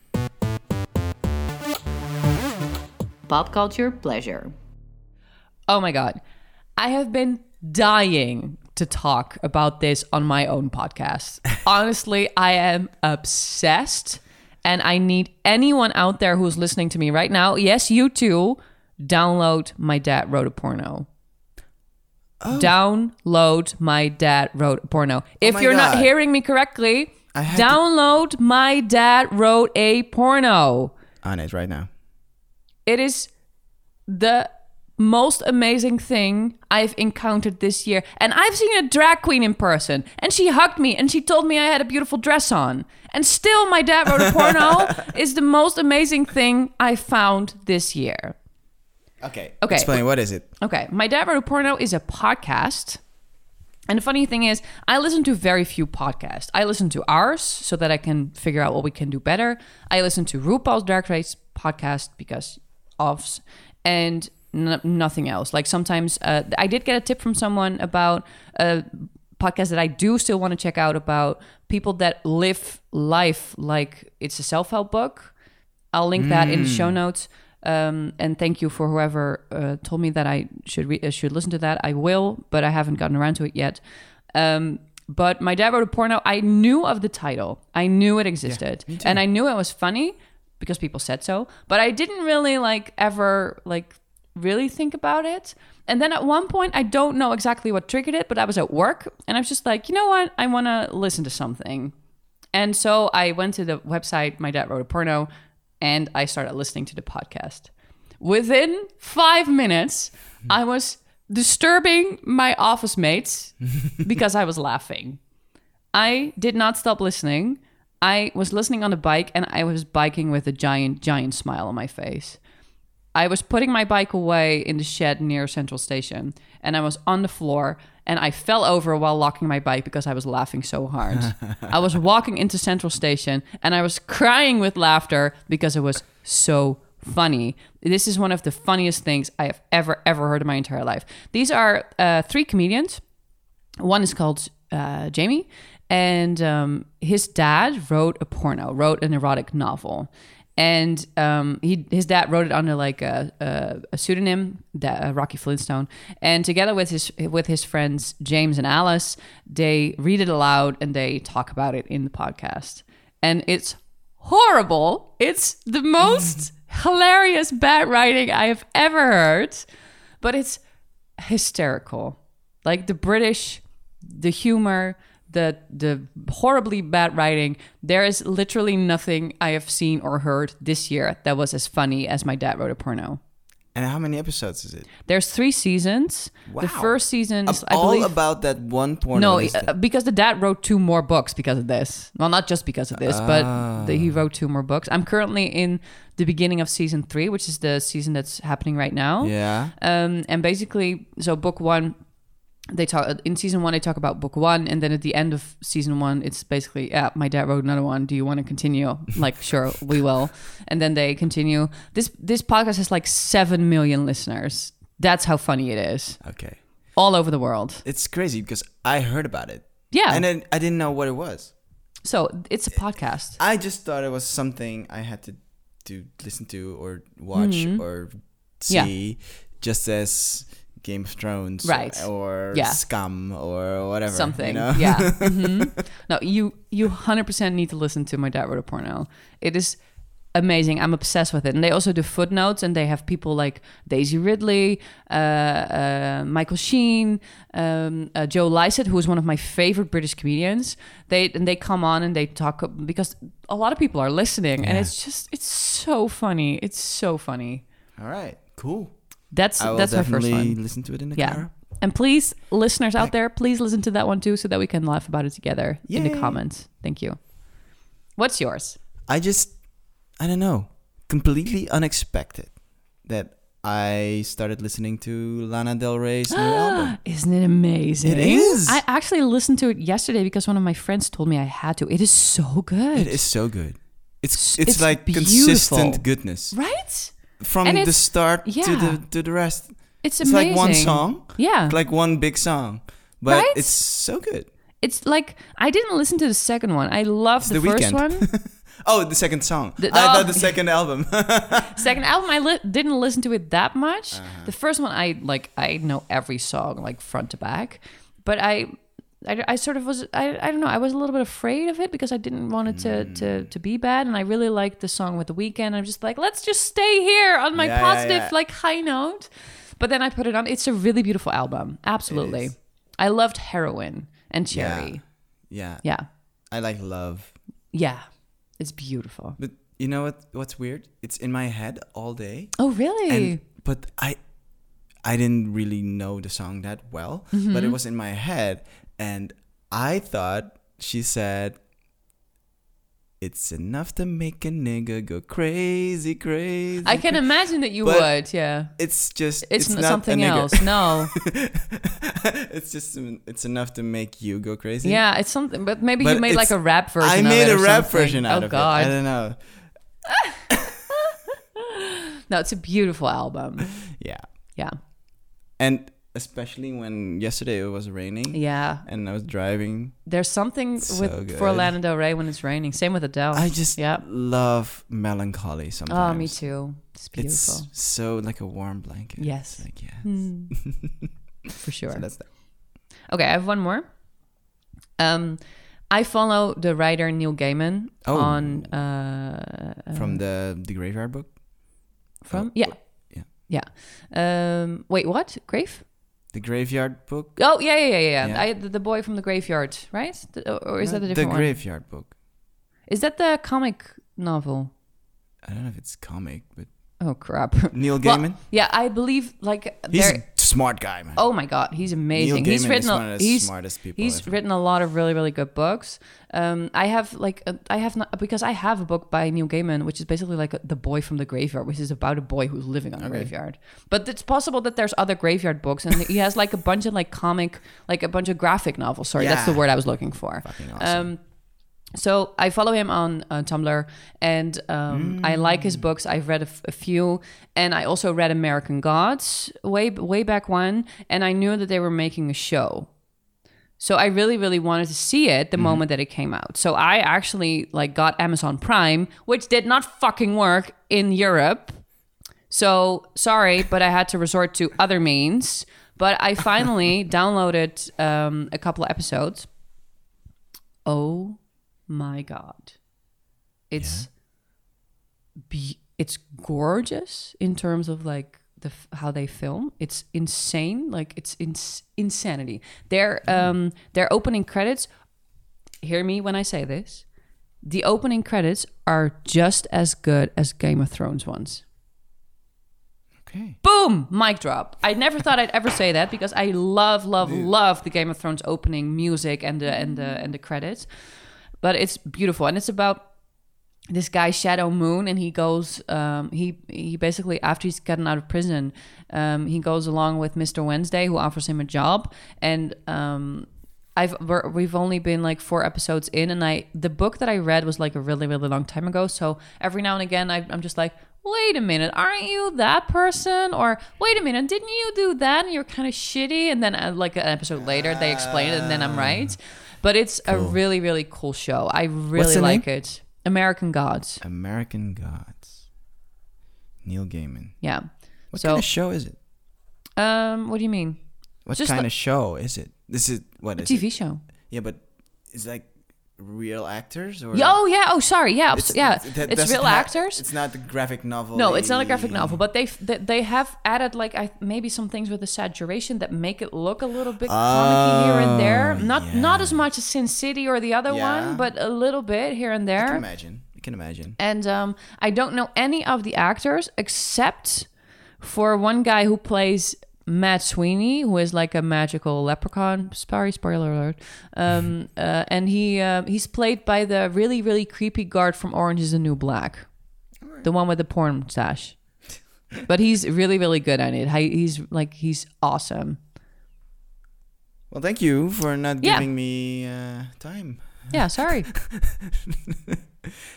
Speaker 4: Pop culture pleasure.
Speaker 2: Oh my God. I have been dying to talk about this on my own podcast. Honestly, I am obsessed. And I need anyone out there who's listening to me right now, yes, you too, download My Dad Wrote a Porno.
Speaker 4: Oh.
Speaker 2: Download My Dad Wrote a Porno. If
Speaker 1: my
Speaker 2: you're not
Speaker 1: God.
Speaker 2: hearing me correctly,
Speaker 1: I had to-
Speaker 2: download My Dad Wrote a Porno.
Speaker 1: On it right now.
Speaker 2: It is the most amazing thing I've encountered this year. And I've seen a drag queen in person, and she hugged me and she told me I had a beautiful dress on. And still, my dad wrote a porno is the most amazing thing I found this year.
Speaker 1: Okay.
Speaker 2: Okay.
Speaker 1: Explain what is it?
Speaker 2: Okay, my dad wrote a porno is a podcast. And the funny thing is, I listen to very few podcasts. I listen to ours so that I can figure out what we can do better. I listen to RuPaul's Drag Race podcast because offs and n- nothing else. Like sometimes uh, I did get a tip from someone about a podcast that I do still want to check out about people that live life like it's a self help book. I'll link that in the show notes. Um, and thank you for whoever uh, told me that I should re- uh, should listen to that. I will, but I haven't gotten around to it yet. Um, but my dad wrote a porno. I knew of the title. I knew it existed, and I knew it was funny because people said so. But I didn't really like ever like really think about it. And then at one point, I don't know exactly what triggered it, but I was at work, and I was just like, you know what? I want to listen to something. And so I went to the website, my dad wrote a porno, and I started listening to the podcast. Within five minutes, I was disturbing my office mates because I was laughing. I did not stop listening. I was listening on a bike and I was biking with a giant, giant smile on my face. I was putting my bike away in the shed near Central Station and I was on the floor and I fell over while locking my bike because I was laughing so hard. I was walking into Central Station and I was crying with laughter because it was so funny. This is one of the funniest things I have ever, ever heard in my entire life. These are uh, three comedians. One is called uh, Jamie, and um, his dad wrote a porno, wrote an erotic novel, and um, he his dad wrote it under like a, a, a pseudonym, da- uh, Rocky Flintstone, and together with his with his friends James and Alice, they read it aloud and they talk about it in the podcast, and it's horrible. It's the most hilarious bad writing I have ever heard, but it's hysterical. Like the British, the humor, the the horribly bad writing. There is literally nothing I have seen or heard this year that was as funny as my dad wrote a porno.
Speaker 1: And how many episodes is it?
Speaker 2: There's three seasons. The
Speaker 1: Wow.
Speaker 2: first season is, I
Speaker 1: All
Speaker 2: believe,
Speaker 1: about that one porn.
Speaker 2: no, uh, because the dad wrote two more books because of this. Well, not just because of this, but the, he wrote two more books. I'm currently in the beginning of season three, which is the season that's happening right now.
Speaker 1: yeah.
Speaker 2: Um, and basically, so book one they talk in season one. They talk about book one, and then at the end of season one, it's basically, yeah, my dad wrote another one. Do you want to continue? Like, sure, we will. And then they continue. This this podcast has like seven million listeners. That's how funny it is,
Speaker 1: Okay.
Speaker 2: all over the world.
Speaker 1: It's crazy because I heard about it.
Speaker 2: Yeah.
Speaker 1: And then I didn't know what it was.
Speaker 2: So it's a podcast.
Speaker 1: I just thought it was something I had to to listen to or watch or
Speaker 2: Mm-hmm. Yeah.
Speaker 1: see, just as Game of Thrones,
Speaker 2: Right.
Speaker 1: Or
Speaker 2: Yeah.
Speaker 1: Scum or whatever. you
Speaker 2: Something,
Speaker 1: know?
Speaker 2: yeah. Mhm. No, you you hundred percent need to listen to my dad wrote a porno. It is amazing. I'm obsessed with it, and they also do footnotes, and they have people like Daisy Ridley, uh, uh, Michael Sheen, um, uh, Joe Lycett, who is one of my favorite British comedians. They and they come on and they talk because a lot of people are listening, and it's just it's so funny. It's so funny.
Speaker 1: All right. Cool.
Speaker 2: That's
Speaker 1: I will
Speaker 2: that's my first
Speaker 1: definitely
Speaker 2: one.
Speaker 1: listen to it in the
Speaker 2: Yeah.
Speaker 1: car.
Speaker 2: And please, listeners out there, please listen to that one too so that we can laugh about it together in
Speaker 1: Yay.
Speaker 2: the comments. Thank you. What's yours?
Speaker 1: I just, I don't know, completely unexpected that I started listening to Lana Del Rey's new album.
Speaker 2: Isn't it amazing?
Speaker 1: It is.
Speaker 2: I actually listened to it yesterday because one of my friends told me I had to. It is so good.
Speaker 1: It is so good. It's it's,
Speaker 2: it's
Speaker 1: like
Speaker 2: beautiful.
Speaker 1: consistent goodness
Speaker 2: Right?
Speaker 1: from
Speaker 2: And
Speaker 1: the
Speaker 2: it's-
Speaker 1: start to
Speaker 2: yeah.
Speaker 1: the to the rest.
Speaker 2: It's
Speaker 1: It's
Speaker 2: amazing.
Speaker 1: like one song.
Speaker 2: Yeah.
Speaker 1: Like one big song. But
Speaker 2: Right?
Speaker 1: it's so good.
Speaker 2: it's like, I didn't listen to the second one. I love the,
Speaker 1: The Weeknd.
Speaker 2: first one.
Speaker 1: Oh, the second song.
Speaker 2: The-
Speaker 1: I
Speaker 2: oh.
Speaker 1: thought the second album.
Speaker 2: second album i li- didn't listen to it that much
Speaker 1: Uh-huh.
Speaker 2: the first one i like i know every song like front to back but i I, I sort of was I, I don't know I was a little bit afraid of it because I didn't want it to,
Speaker 1: Hmm.
Speaker 2: to, to be bad and I really liked the song with the weekend I'm just like let's just stay here on my
Speaker 1: Yeah, yeah,
Speaker 2: positive
Speaker 1: yeah.
Speaker 2: like high note but then I put it on it's a really beautiful album absolutely I loved heroin and cherry
Speaker 1: yeah.
Speaker 2: yeah
Speaker 1: I like love.
Speaker 2: yeah it's beautiful
Speaker 1: But you know what what's weird? It's in my head all day.
Speaker 2: oh really
Speaker 1: And but I I didn't really know the song that well, but
Speaker 2: Mm-hmm.
Speaker 1: it was in my head and I thought she said it's enough to make a nigga go crazy, crazy.
Speaker 2: I can imagine that you
Speaker 1: But-
Speaker 2: would yeah
Speaker 1: it's just
Speaker 2: it's, n-
Speaker 1: not a
Speaker 2: something
Speaker 1: nigga.
Speaker 2: else. No,
Speaker 1: it's just it's enough to make you go crazy.
Speaker 2: yeah, it's something. But maybe
Speaker 1: But
Speaker 2: you made like
Speaker 1: it's-
Speaker 2: a rap version.
Speaker 1: I
Speaker 2: of
Speaker 1: made
Speaker 2: it
Speaker 1: a
Speaker 2: or
Speaker 1: rap
Speaker 2: something.
Speaker 1: version out
Speaker 2: oh,
Speaker 1: of it.
Speaker 2: God.
Speaker 1: I don't know.
Speaker 2: No, it's a beautiful album.
Speaker 1: Yeah,
Speaker 2: Yeah,
Speaker 1: and especially when yesterday it was raining.
Speaker 2: yeah.
Speaker 1: and I was driving.
Speaker 2: There's something
Speaker 1: So
Speaker 2: with for
Speaker 1: good.
Speaker 2: Lana Del Rey when it's raining. Same with Adele.
Speaker 1: I just
Speaker 2: yeah.
Speaker 1: love melancholy sometimes.
Speaker 2: Oh, me too. It's beautiful
Speaker 1: It's so like a warm blanket.
Speaker 2: Yes. Hmm.
Speaker 1: It's like yes.
Speaker 2: for sure.
Speaker 1: So that's that.
Speaker 2: Okay, I have one more. Um, I follow the writer Neil Gaiman
Speaker 1: Oh.
Speaker 2: on uh,
Speaker 1: from the the graveyard book. Uh,
Speaker 2: from yeah yeah yeah. Um, wait, what grave?
Speaker 1: The graveyard book.
Speaker 2: Oh yeah, yeah, yeah, yeah.
Speaker 1: Yeah.
Speaker 2: I, the, the boy from the graveyard, right? The- or is that a
Speaker 1: the
Speaker 2: different one?
Speaker 1: graveyard book?
Speaker 2: Is that the comic novel?
Speaker 1: I don't know if it's comic, but
Speaker 2: Oh crap.
Speaker 1: Neil
Speaker 2: Well,
Speaker 1: Gaiman.
Speaker 2: yeah, I believe like
Speaker 1: He's
Speaker 2: there.
Speaker 1: a smart guy, man.
Speaker 2: Oh my god, he's amazing.
Speaker 1: Neil
Speaker 2: he's
Speaker 1: Gaiman
Speaker 2: written
Speaker 1: is
Speaker 2: a-
Speaker 1: one of the
Speaker 2: he's,
Speaker 1: smartest people
Speaker 2: He's
Speaker 1: I've-
Speaker 2: written a lot of really really good books. Um, I have like a, I have not because I have a book by Neil Gaiman which is basically like the boy from the graveyard, which is about a boy who's living on a graveyard. But it's possible that there's other graveyard books, and he has like a bunch of like comic, like a bunch of graphic novels. Sorry, that's the
Speaker 1: Yeah.
Speaker 2: word I was looking for. Um, so I follow him on uh, Tumblr, and um, I like his books. I've read a, f- a few, and I also read American Gods way way back when, and I knew that they were making a show. So I really, really wanted to see it the moment that it came out. So I actually like got Amazon Prime, which did not fucking work in Europe. So sorry, but I had to resort to other means. But I finally downloaded um, a couple of episodes. Oh my god, it's be- it's gorgeous in terms of like the f- how they film. It's insane, like it's ins- insanity. Their um their opening credits. Hear me when I say this. The opening credits are just as good as Game of Thrones ones.
Speaker 1: Okay.
Speaker 2: Boom! Mic drop. I never thought I'd ever say that because I love, love, love the Game of Thrones opening music and the and the and the credits. But it's beautiful and it's about this guy Shadow Moon, and he goes. Um, he he basically after he's gotten out of prison, um, he goes along with Mister Wednesday, who offers him a job. And um, I've we're, we've only been like four episodes in, and I the book that I read was like a really really long time ago. So every now and again, I, I'm just like. Wait a minute, aren't you that person? Or wait a minute, didn't you do that? And you're kind of shitty. And then, uh, like an episode later, they explain it, and then I'm right. But it's a really, really cool show. I really
Speaker 1: the
Speaker 2: like
Speaker 1: name?
Speaker 2: it. American Gods.
Speaker 1: American Gods. Neil Gaiman.
Speaker 2: Yeah.
Speaker 1: What
Speaker 2: so,
Speaker 1: kind of show is it?
Speaker 2: um, what do you mean?
Speaker 1: What
Speaker 2: Just
Speaker 1: kind
Speaker 2: li-
Speaker 1: of show is it? This is what is
Speaker 2: TV
Speaker 1: it?
Speaker 2: show.
Speaker 1: Yeah, but it's like real actors or
Speaker 2: Yeah, Oh yeah. Oh sorry. Yeah. abs- yeah. It's,
Speaker 1: that doesn't
Speaker 2: real
Speaker 1: ha-
Speaker 2: actors.
Speaker 1: It's not the graphic novel.
Speaker 2: no, it's not a graphic novel, but they've- they they have added like I, maybe some things with the saturation that make it look a little bit comic here and there.
Speaker 1: Oh,
Speaker 2: Not not
Speaker 1: yeah.
Speaker 2: as much as Sin City or the other
Speaker 1: Yeah.
Speaker 2: one, but a little bit here and
Speaker 1: I can
Speaker 2: there.
Speaker 1: imagine. I can imagine.
Speaker 2: And um, I don't know any of the actors except for one guy who plays Matt Sweeney, who is like a magical leprechaun. Sorry, spoiler alert. Um, uh, and he uh, he's played by the really really creepy guard from Orange Is the New Black, the one with the porn mustache. But he's really really good at it. He- He's like he's awesome.
Speaker 1: Well, thank you for not
Speaker 2: Yeah.
Speaker 1: giving me uh, time.
Speaker 2: Yeah, sorry.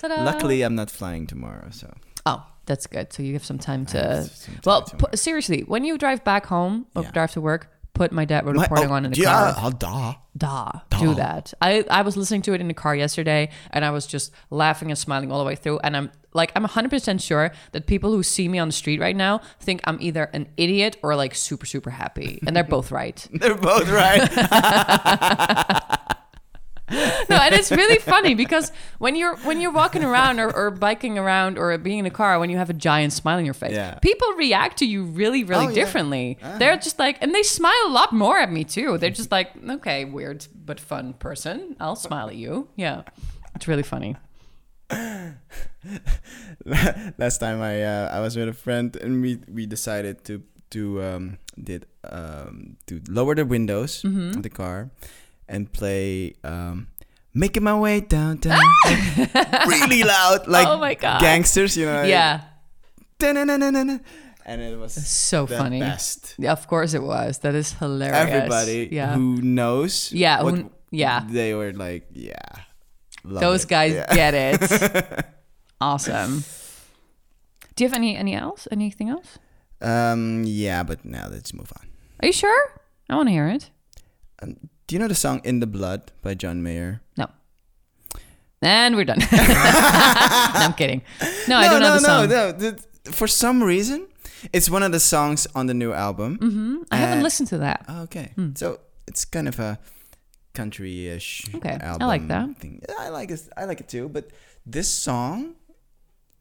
Speaker 2: Ta-da.
Speaker 1: Luckily, I'm not flying tomorrow, so
Speaker 2: Oh, that's good. So you have some time to.
Speaker 1: have some time
Speaker 2: well,
Speaker 1: to
Speaker 2: pu- seriously, when you drive back home or
Speaker 1: Yeah.
Speaker 2: drive to work, put my dad wrote
Speaker 1: My-
Speaker 2: recording
Speaker 1: oh,
Speaker 2: on in the
Speaker 1: yeah,
Speaker 2: car.
Speaker 1: oh, duh.
Speaker 2: Da, do that. I I was listening to it in the car yesterday, and I was just laughing and smiling all the way through. And I'm like, I'm 100 percent sure that people who see me on the street right now think I'm either an idiot or like super super happy, and they're both right.
Speaker 1: They're both right.
Speaker 2: no, and it's really funny because when you're when you're walking around or, or biking around or being in a car, when you have a giant smile on your face,
Speaker 1: Yeah. Oh,
Speaker 2: people react to you really, really
Speaker 1: yeah. Uh-huh.
Speaker 2: differently. They're just like, and they smile a lot more at me too. They're just like, okay, weird but fun person. I'll smile at you. Yeah, it's really funny.
Speaker 1: Last time I uh, I was with a friend and we we decided to to um did um to lower the windows
Speaker 2: Mm-hmm.
Speaker 1: of the car and play um making my way downtown really loud like
Speaker 2: Ah! Oh my God.
Speaker 1: gangsters you know like,
Speaker 2: Yeah,
Speaker 1: "Da-na-na-na-na-na." and it was
Speaker 2: so
Speaker 1: the
Speaker 2: funny.
Speaker 1: best
Speaker 2: Yeah, of course it was. That is hilarious.
Speaker 1: everybody
Speaker 2: Yeah.
Speaker 1: who knows
Speaker 2: Yeah, who- yeah.
Speaker 1: they were like yeah love
Speaker 2: Those
Speaker 1: it.
Speaker 2: guys
Speaker 1: Yeah.
Speaker 2: get it. awesome. Do you have any any else? Anything else?
Speaker 1: um yeah but now let's move on
Speaker 2: Are you sure? I want to hear it.
Speaker 1: do you know the song in the blood by john mayer
Speaker 2: No. And we're done. no, I'm kidding. No, I don't know the song.
Speaker 1: no, th- for some reason, it's one of the songs on the new
Speaker 2: Mm-hmm.
Speaker 1: album.
Speaker 2: I haven't
Speaker 1: Uh,
Speaker 2: listened to that.
Speaker 1: Okay,
Speaker 2: Hmm.
Speaker 1: so it's kind of a country-ish
Speaker 2: Okay, I
Speaker 1: album.
Speaker 2: like that.
Speaker 1: Thing. Yeah, I like it. I like it too. But this song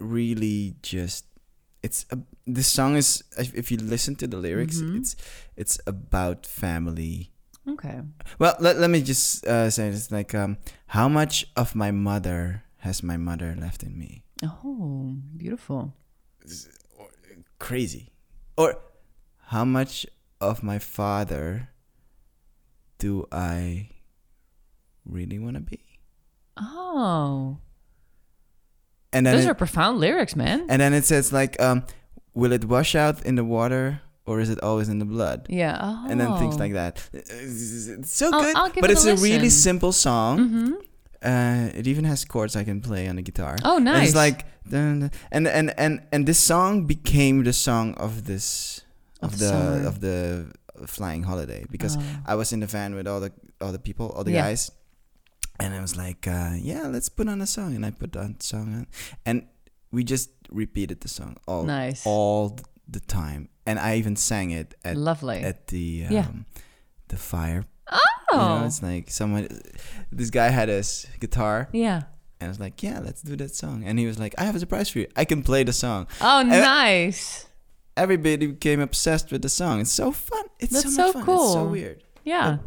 Speaker 1: really just it's a, this song is if if you listen to the lyrics,
Speaker 2: Mm-hmm.
Speaker 1: it's it's about family.
Speaker 2: Okay.
Speaker 1: Well, let, let me just uh, say this: like, um, how much of my mother has my mother left in me?
Speaker 2: Oh, beautiful.
Speaker 1: crazy. Or how much of my father do I really want to be?
Speaker 2: Oh,
Speaker 1: And then
Speaker 2: those
Speaker 1: it,
Speaker 2: are profound lyrics, man.
Speaker 1: and then it says like um will it wash out in the water or is it always in the blood?
Speaker 2: Yeah. Oh.
Speaker 1: And then things like that. It's so
Speaker 2: I'll-
Speaker 1: good,
Speaker 2: I'll give
Speaker 1: but
Speaker 2: it a
Speaker 1: it's a, really
Speaker 2: listen. Mm.
Speaker 1: simple
Speaker 2: Oh.
Speaker 1: song.
Speaker 2: Mm-hmm.
Speaker 1: Uh, it even has chords I can play on the guitar.
Speaker 2: Oh,
Speaker 1: And
Speaker 2: nice.
Speaker 1: it's like dun, dun, and and and and this song became the song of this
Speaker 2: Of
Speaker 1: of,
Speaker 2: the
Speaker 1: the
Speaker 2: summer. Oh.
Speaker 1: of the flying holiday because I was in the van with all the all the people, all the
Speaker 2: Yeah.
Speaker 1: guys, and I was like, uh, yeah, let's put on a song, and I put on song, on, and we just repeated the song all
Speaker 2: Nice.
Speaker 1: all the time, and I even sang it at
Speaker 2: Lovely.
Speaker 1: at the um,
Speaker 2: Yeah.
Speaker 1: the fire. You
Speaker 2: oh.
Speaker 1: know, it's like someone, this guy had his guitar,
Speaker 2: yeah.
Speaker 1: and I was like, yeah, let's do that song, and he was like, I have a surprise for you. I can play the song.
Speaker 2: Oh, nice.
Speaker 1: Everybody became obsessed with the song. It's so fun. It's
Speaker 2: That's
Speaker 1: so, much
Speaker 2: so
Speaker 1: fun. It's so
Speaker 2: cool.
Speaker 1: weird.
Speaker 2: Yeah.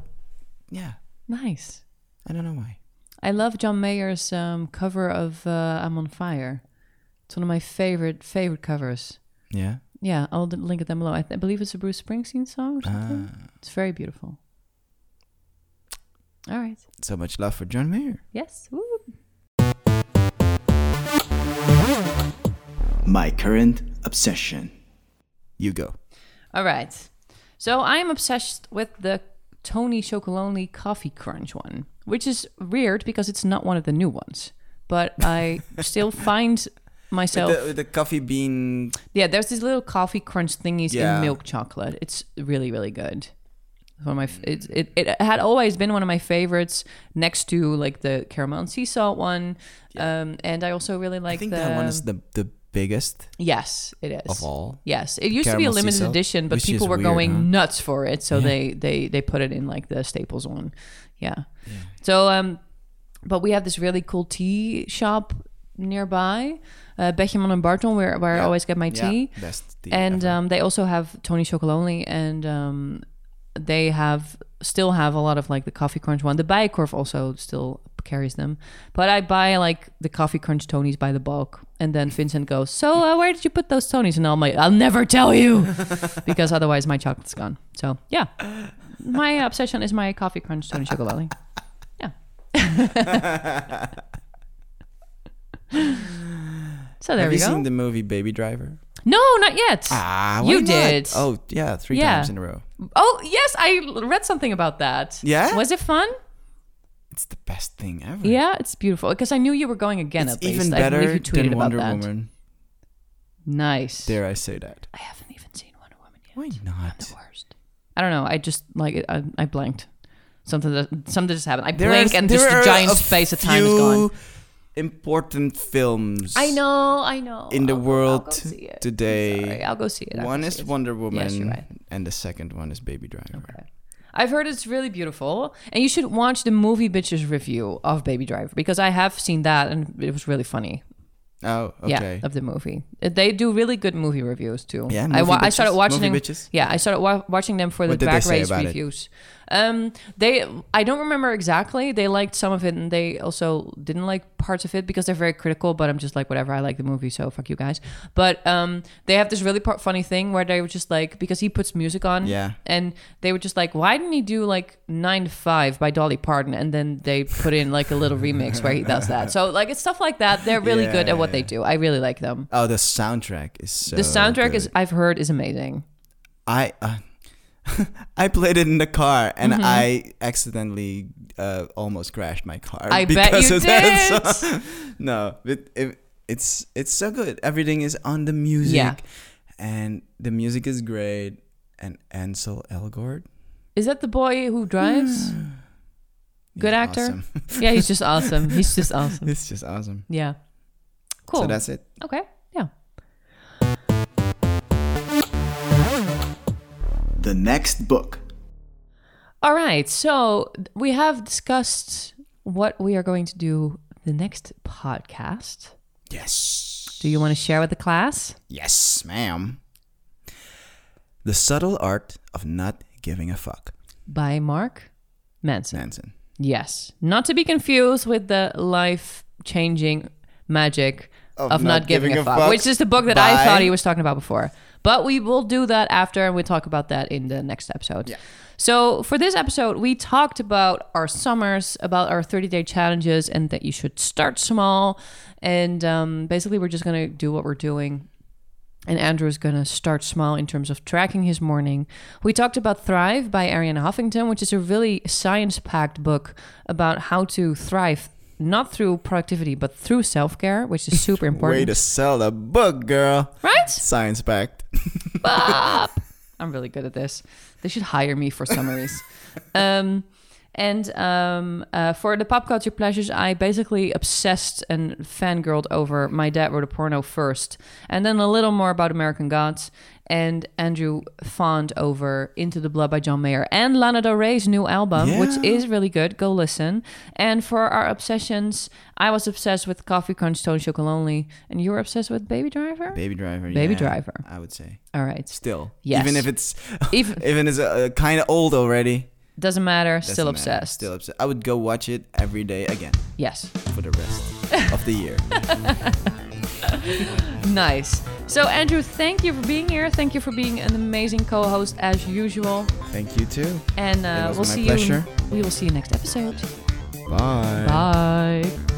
Speaker 1: Yeah,
Speaker 2: nice.
Speaker 1: I don't know why.
Speaker 2: I love John Mayer's um, cover of uh, "I'm on Fire." It's one of my favorite favorite covers.
Speaker 1: Yeah.
Speaker 2: Yeah, I'll d- link it down below. I, th- I believe it's a Bruce Springsteen song or something. It's very beautiful. All right.
Speaker 1: So much love for John Mayer.
Speaker 2: Yes. Woo.
Speaker 3: My current obsession.
Speaker 1: You go.
Speaker 2: All right. So I am obsessed with the Tony Chocolonely Coffee Crunch one, which is weird because it's not one of the new ones. But I still find myself.
Speaker 1: The, the coffee bean.
Speaker 2: yeah, there's these little coffee crunch thingies
Speaker 1: Yeah.
Speaker 2: in milk chocolate. It's really, really good. It's One of my, f- it, it,
Speaker 1: Mm.
Speaker 2: it had always been one of my favorites next to like the caramel and sea salt one. Um, and I also really like
Speaker 1: I think
Speaker 2: the.
Speaker 1: that one is the, the biggest
Speaker 2: Yes, it is.
Speaker 1: of all.
Speaker 2: Yes, it used to be a
Speaker 1: Caramel sea
Speaker 2: limited
Speaker 1: salt,
Speaker 2: edition, but
Speaker 1: which
Speaker 2: people
Speaker 1: is
Speaker 2: were
Speaker 1: weird,
Speaker 2: going
Speaker 1: huh?
Speaker 2: nuts for it, so they they they put it in like the Staples one. Yeah. So um, but we have this really cool tea shop nearby, uh, Betjeman and Barton, where where I always get my tea.
Speaker 1: Yeah, best tea.
Speaker 2: And um, they also have Tony Chocolonely, and um, they have still have a lot of like the coffee crunch one. The Bijenkorf also still carries them, but I buy like the coffee crunch Tonys by the bulk, and then Vincent goes, "So uh, where did you put those Tonys?" And I'm like, "I'll never tell you," because otherwise my chocolate's gone. So yeah, my obsession is my coffee crunch Tony Chocolonely. Yeah. so there
Speaker 1: Have
Speaker 2: we
Speaker 1: you
Speaker 2: go.
Speaker 1: seen the movie Baby Driver?
Speaker 2: No, not yet.
Speaker 1: Ah,
Speaker 2: You
Speaker 1: why not?
Speaker 2: did.
Speaker 1: Oh, yeah, three
Speaker 2: Yeah.
Speaker 1: times in a row.
Speaker 2: Oh, yes, I l- read something about that.
Speaker 1: Yeah?
Speaker 2: Was it fun?
Speaker 1: It's the best thing ever.
Speaker 2: Yeah, it's beautiful because I knew you were going again.
Speaker 1: It's
Speaker 2: at least.
Speaker 1: even
Speaker 2: I believe
Speaker 1: better
Speaker 2: you tweeted
Speaker 1: than
Speaker 2: about
Speaker 1: Wonder
Speaker 2: that.
Speaker 1: Woman.
Speaker 2: Nice.
Speaker 1: Dare I say that?
Speaker 2: I haven't even seen Wonder Woman yet.
Speaker 1: Why not?
Speaker 2: Worst. I don't know. I just like it. I, I blanked. Something that something just happened. I
Speaker 1: There
Speaker 2: blink
Speaker 1: are-
Speaker 2: and just
Speaker 1: there
Speaker 2: a
Speaker 1: are
Speaker 2: giant
Speaker 1: a
Speaker 2: space of time is gone.
Speaker 1: few Important films.
Speaker 2: I know. I know.
Speaker 1: In the
Speaker 2: I'll go- I'll
Speaker 1: world
Speaker 2: go see it. I'm
Speaker 1: today.
Speaker 2: sorry, I'll go see it. I'll
Speaker 1: One
Speaker 2: go
Speaker 1: is
Speaker 2: see it.
Speaker 1: Wonder Woman,
Speaker 2: you're right.
Speaker 1: and the second one is Baby Driver.
Speaker 2: I've heard it's really beautiful, and you should watch the movie bitches review of Baby Driver because I have seen that and it was really funny.
Speaker 1: Oh, okay.
Speaker 2: yeah, of the movie. Uh, They do really good movie reviews too.
Speaker 1: Yeah,
Speaker 2: I,
Speaker 1: movie
Speaker 2: I started
Speaker 1: bitches?
Speaker 2: watching
Speaker 1: Movie
Speaker 2: them.
Speaker 1: bitches?
Speaker 2: Yeah, I started wa- watching them for the
Speaker 1: What did they
Speaker 2: drag
Speaker 1: say
Speaker 2: race
Speaker 1: about it?
Speaker 2: reviews. Um, they, I don't remember exactly. They liked some of it, and they also didn't like parts of it because they're very critical. But I'm just like, whatever. I like the movie, so fuck you guys. But um, they have this really par- funny thing where they were just like, because he puts music on,
Speaker 1: Yeah.
Speaker 2: and they were just like, why didn't he do like Nine to Five by Dolly Parton? And then they put in like a little remix where he does that. So like, it's stuff like that. They're really good at what they do. I really like them.
Speaker 1: Oh, the soundtrack is so.
Speaker 2: The soundtrack
Speaker 1: good.
Speaker 2: is I've heard is amazing.
Speaker 1: I uh, I played it in the car and
Speaker 2: Mm-hmm.
Speaker 1: I accidentally uh, almost crashed my car.
Speaker 2: I bet you
Speaker 1: that
Speaker 2: did.
Speaker 1: song. no, it, it, it's it's so good. Everything is on the music,
Speaker 2: Yeah.
Speaker 1: and the music is great. And Ansel Elgort,
Speaker 2: Is that the boy who drives?
Speaker 1: He's
Speaker 2: Good actor.
Speaker 1: awesome.
Speaker 2: yeah, he's just awesome. He's just awesome.
Speaker 1: it's just awesome.
Speaker 2: Yeah. Cool.
Speaker 1: So that's it.
Speaker 2: okay. Yeah.
Speaker 3: The next book.
Speaker 2: All right. So we have discussed what we are going to do the next podcast.
Speaker 1: Yes,
Speaker 2: Do you want to share with the class?
Speaker 1: yes, ma'am. The subtle art of not giving a fuck,
Speaker 2: By Mark Manson.
Speaker 1: Nansen.
Speaker 2: Yes. Not to be confused with the life changing magic of,
Speaker 1: Of
Speaker 2: not, giving, a, fuck, which is the book that I
Speaker 1: by-
Speaker 2: thought he was talking about before. But we will do that after and we'll talk about that in the next episode. So for this episode, we talked about our summers, about our 30 day challenges, and that you should start small. And um, basically, we're just going to do what we're doing and Andrew's gonna start small in terms of tracking his morning. We talked about Thrive by Ariana Huffington, which is a really science packed book about how to thrive, not through productivity, but through self care, which is super
Speaker 1: Way
Speaker 2: important.
Speaker 1: to sell the book, girl.
Speaker 2: right?
Speaker 1: Science packed.
Speaker 2: I'm really good at this. They should hire me for summaries. um, and um, uh, for the pop culture pleasures, I basically obsessed and fangirled over My Dad Wrote a Porno first, and then a little more about American Gods, and Andrew fawned over Into the Blood by John Mayer and Lana Del Rey's new album, which
Speaker 1: Yeah.
Speaker 2: is really good. Go listen. And for our obsessions, I was obsessed with Coffee Crunch, Tony Chocolonely, and you were obsessed with Baby Driver?
Speaker 1: Baby Driver.
Speaker 2: Baby
Speaker 1: yeah,
Speaker 2: Driver.
Speaker 1: I would say
Speaker 2: All right.
Speaker 1: still.
Speaker 2: Yes.
Speaker 1: Even if it's
Speaker 2: Even-
Speaker 1: even, it's uh, kind of old already.
Speaker 2: Doesn't matter. still
Speaker 1: Doesn't matter,
Speaker 2: obsessed.
Speaker 1: Still obsessed. I would go watch it every day again
Speaker 2: Yes.
Speaker 1: for the rest of the year.
Speaker 2: Nice. So, Andrew, thank you for being here. Thank you for being an amazing co-host as usual.
Speaker 1: Thank you too.
Speaker 2: And uh,
Speaker 1: was
Speaker 2: we'll
Speaker 1: my
Speaker 2: see
Speaker 1: pleasure.
Speaker 2: you. We will see you next episode.
Speaker 1: Bye.
Speaker 2: Bye.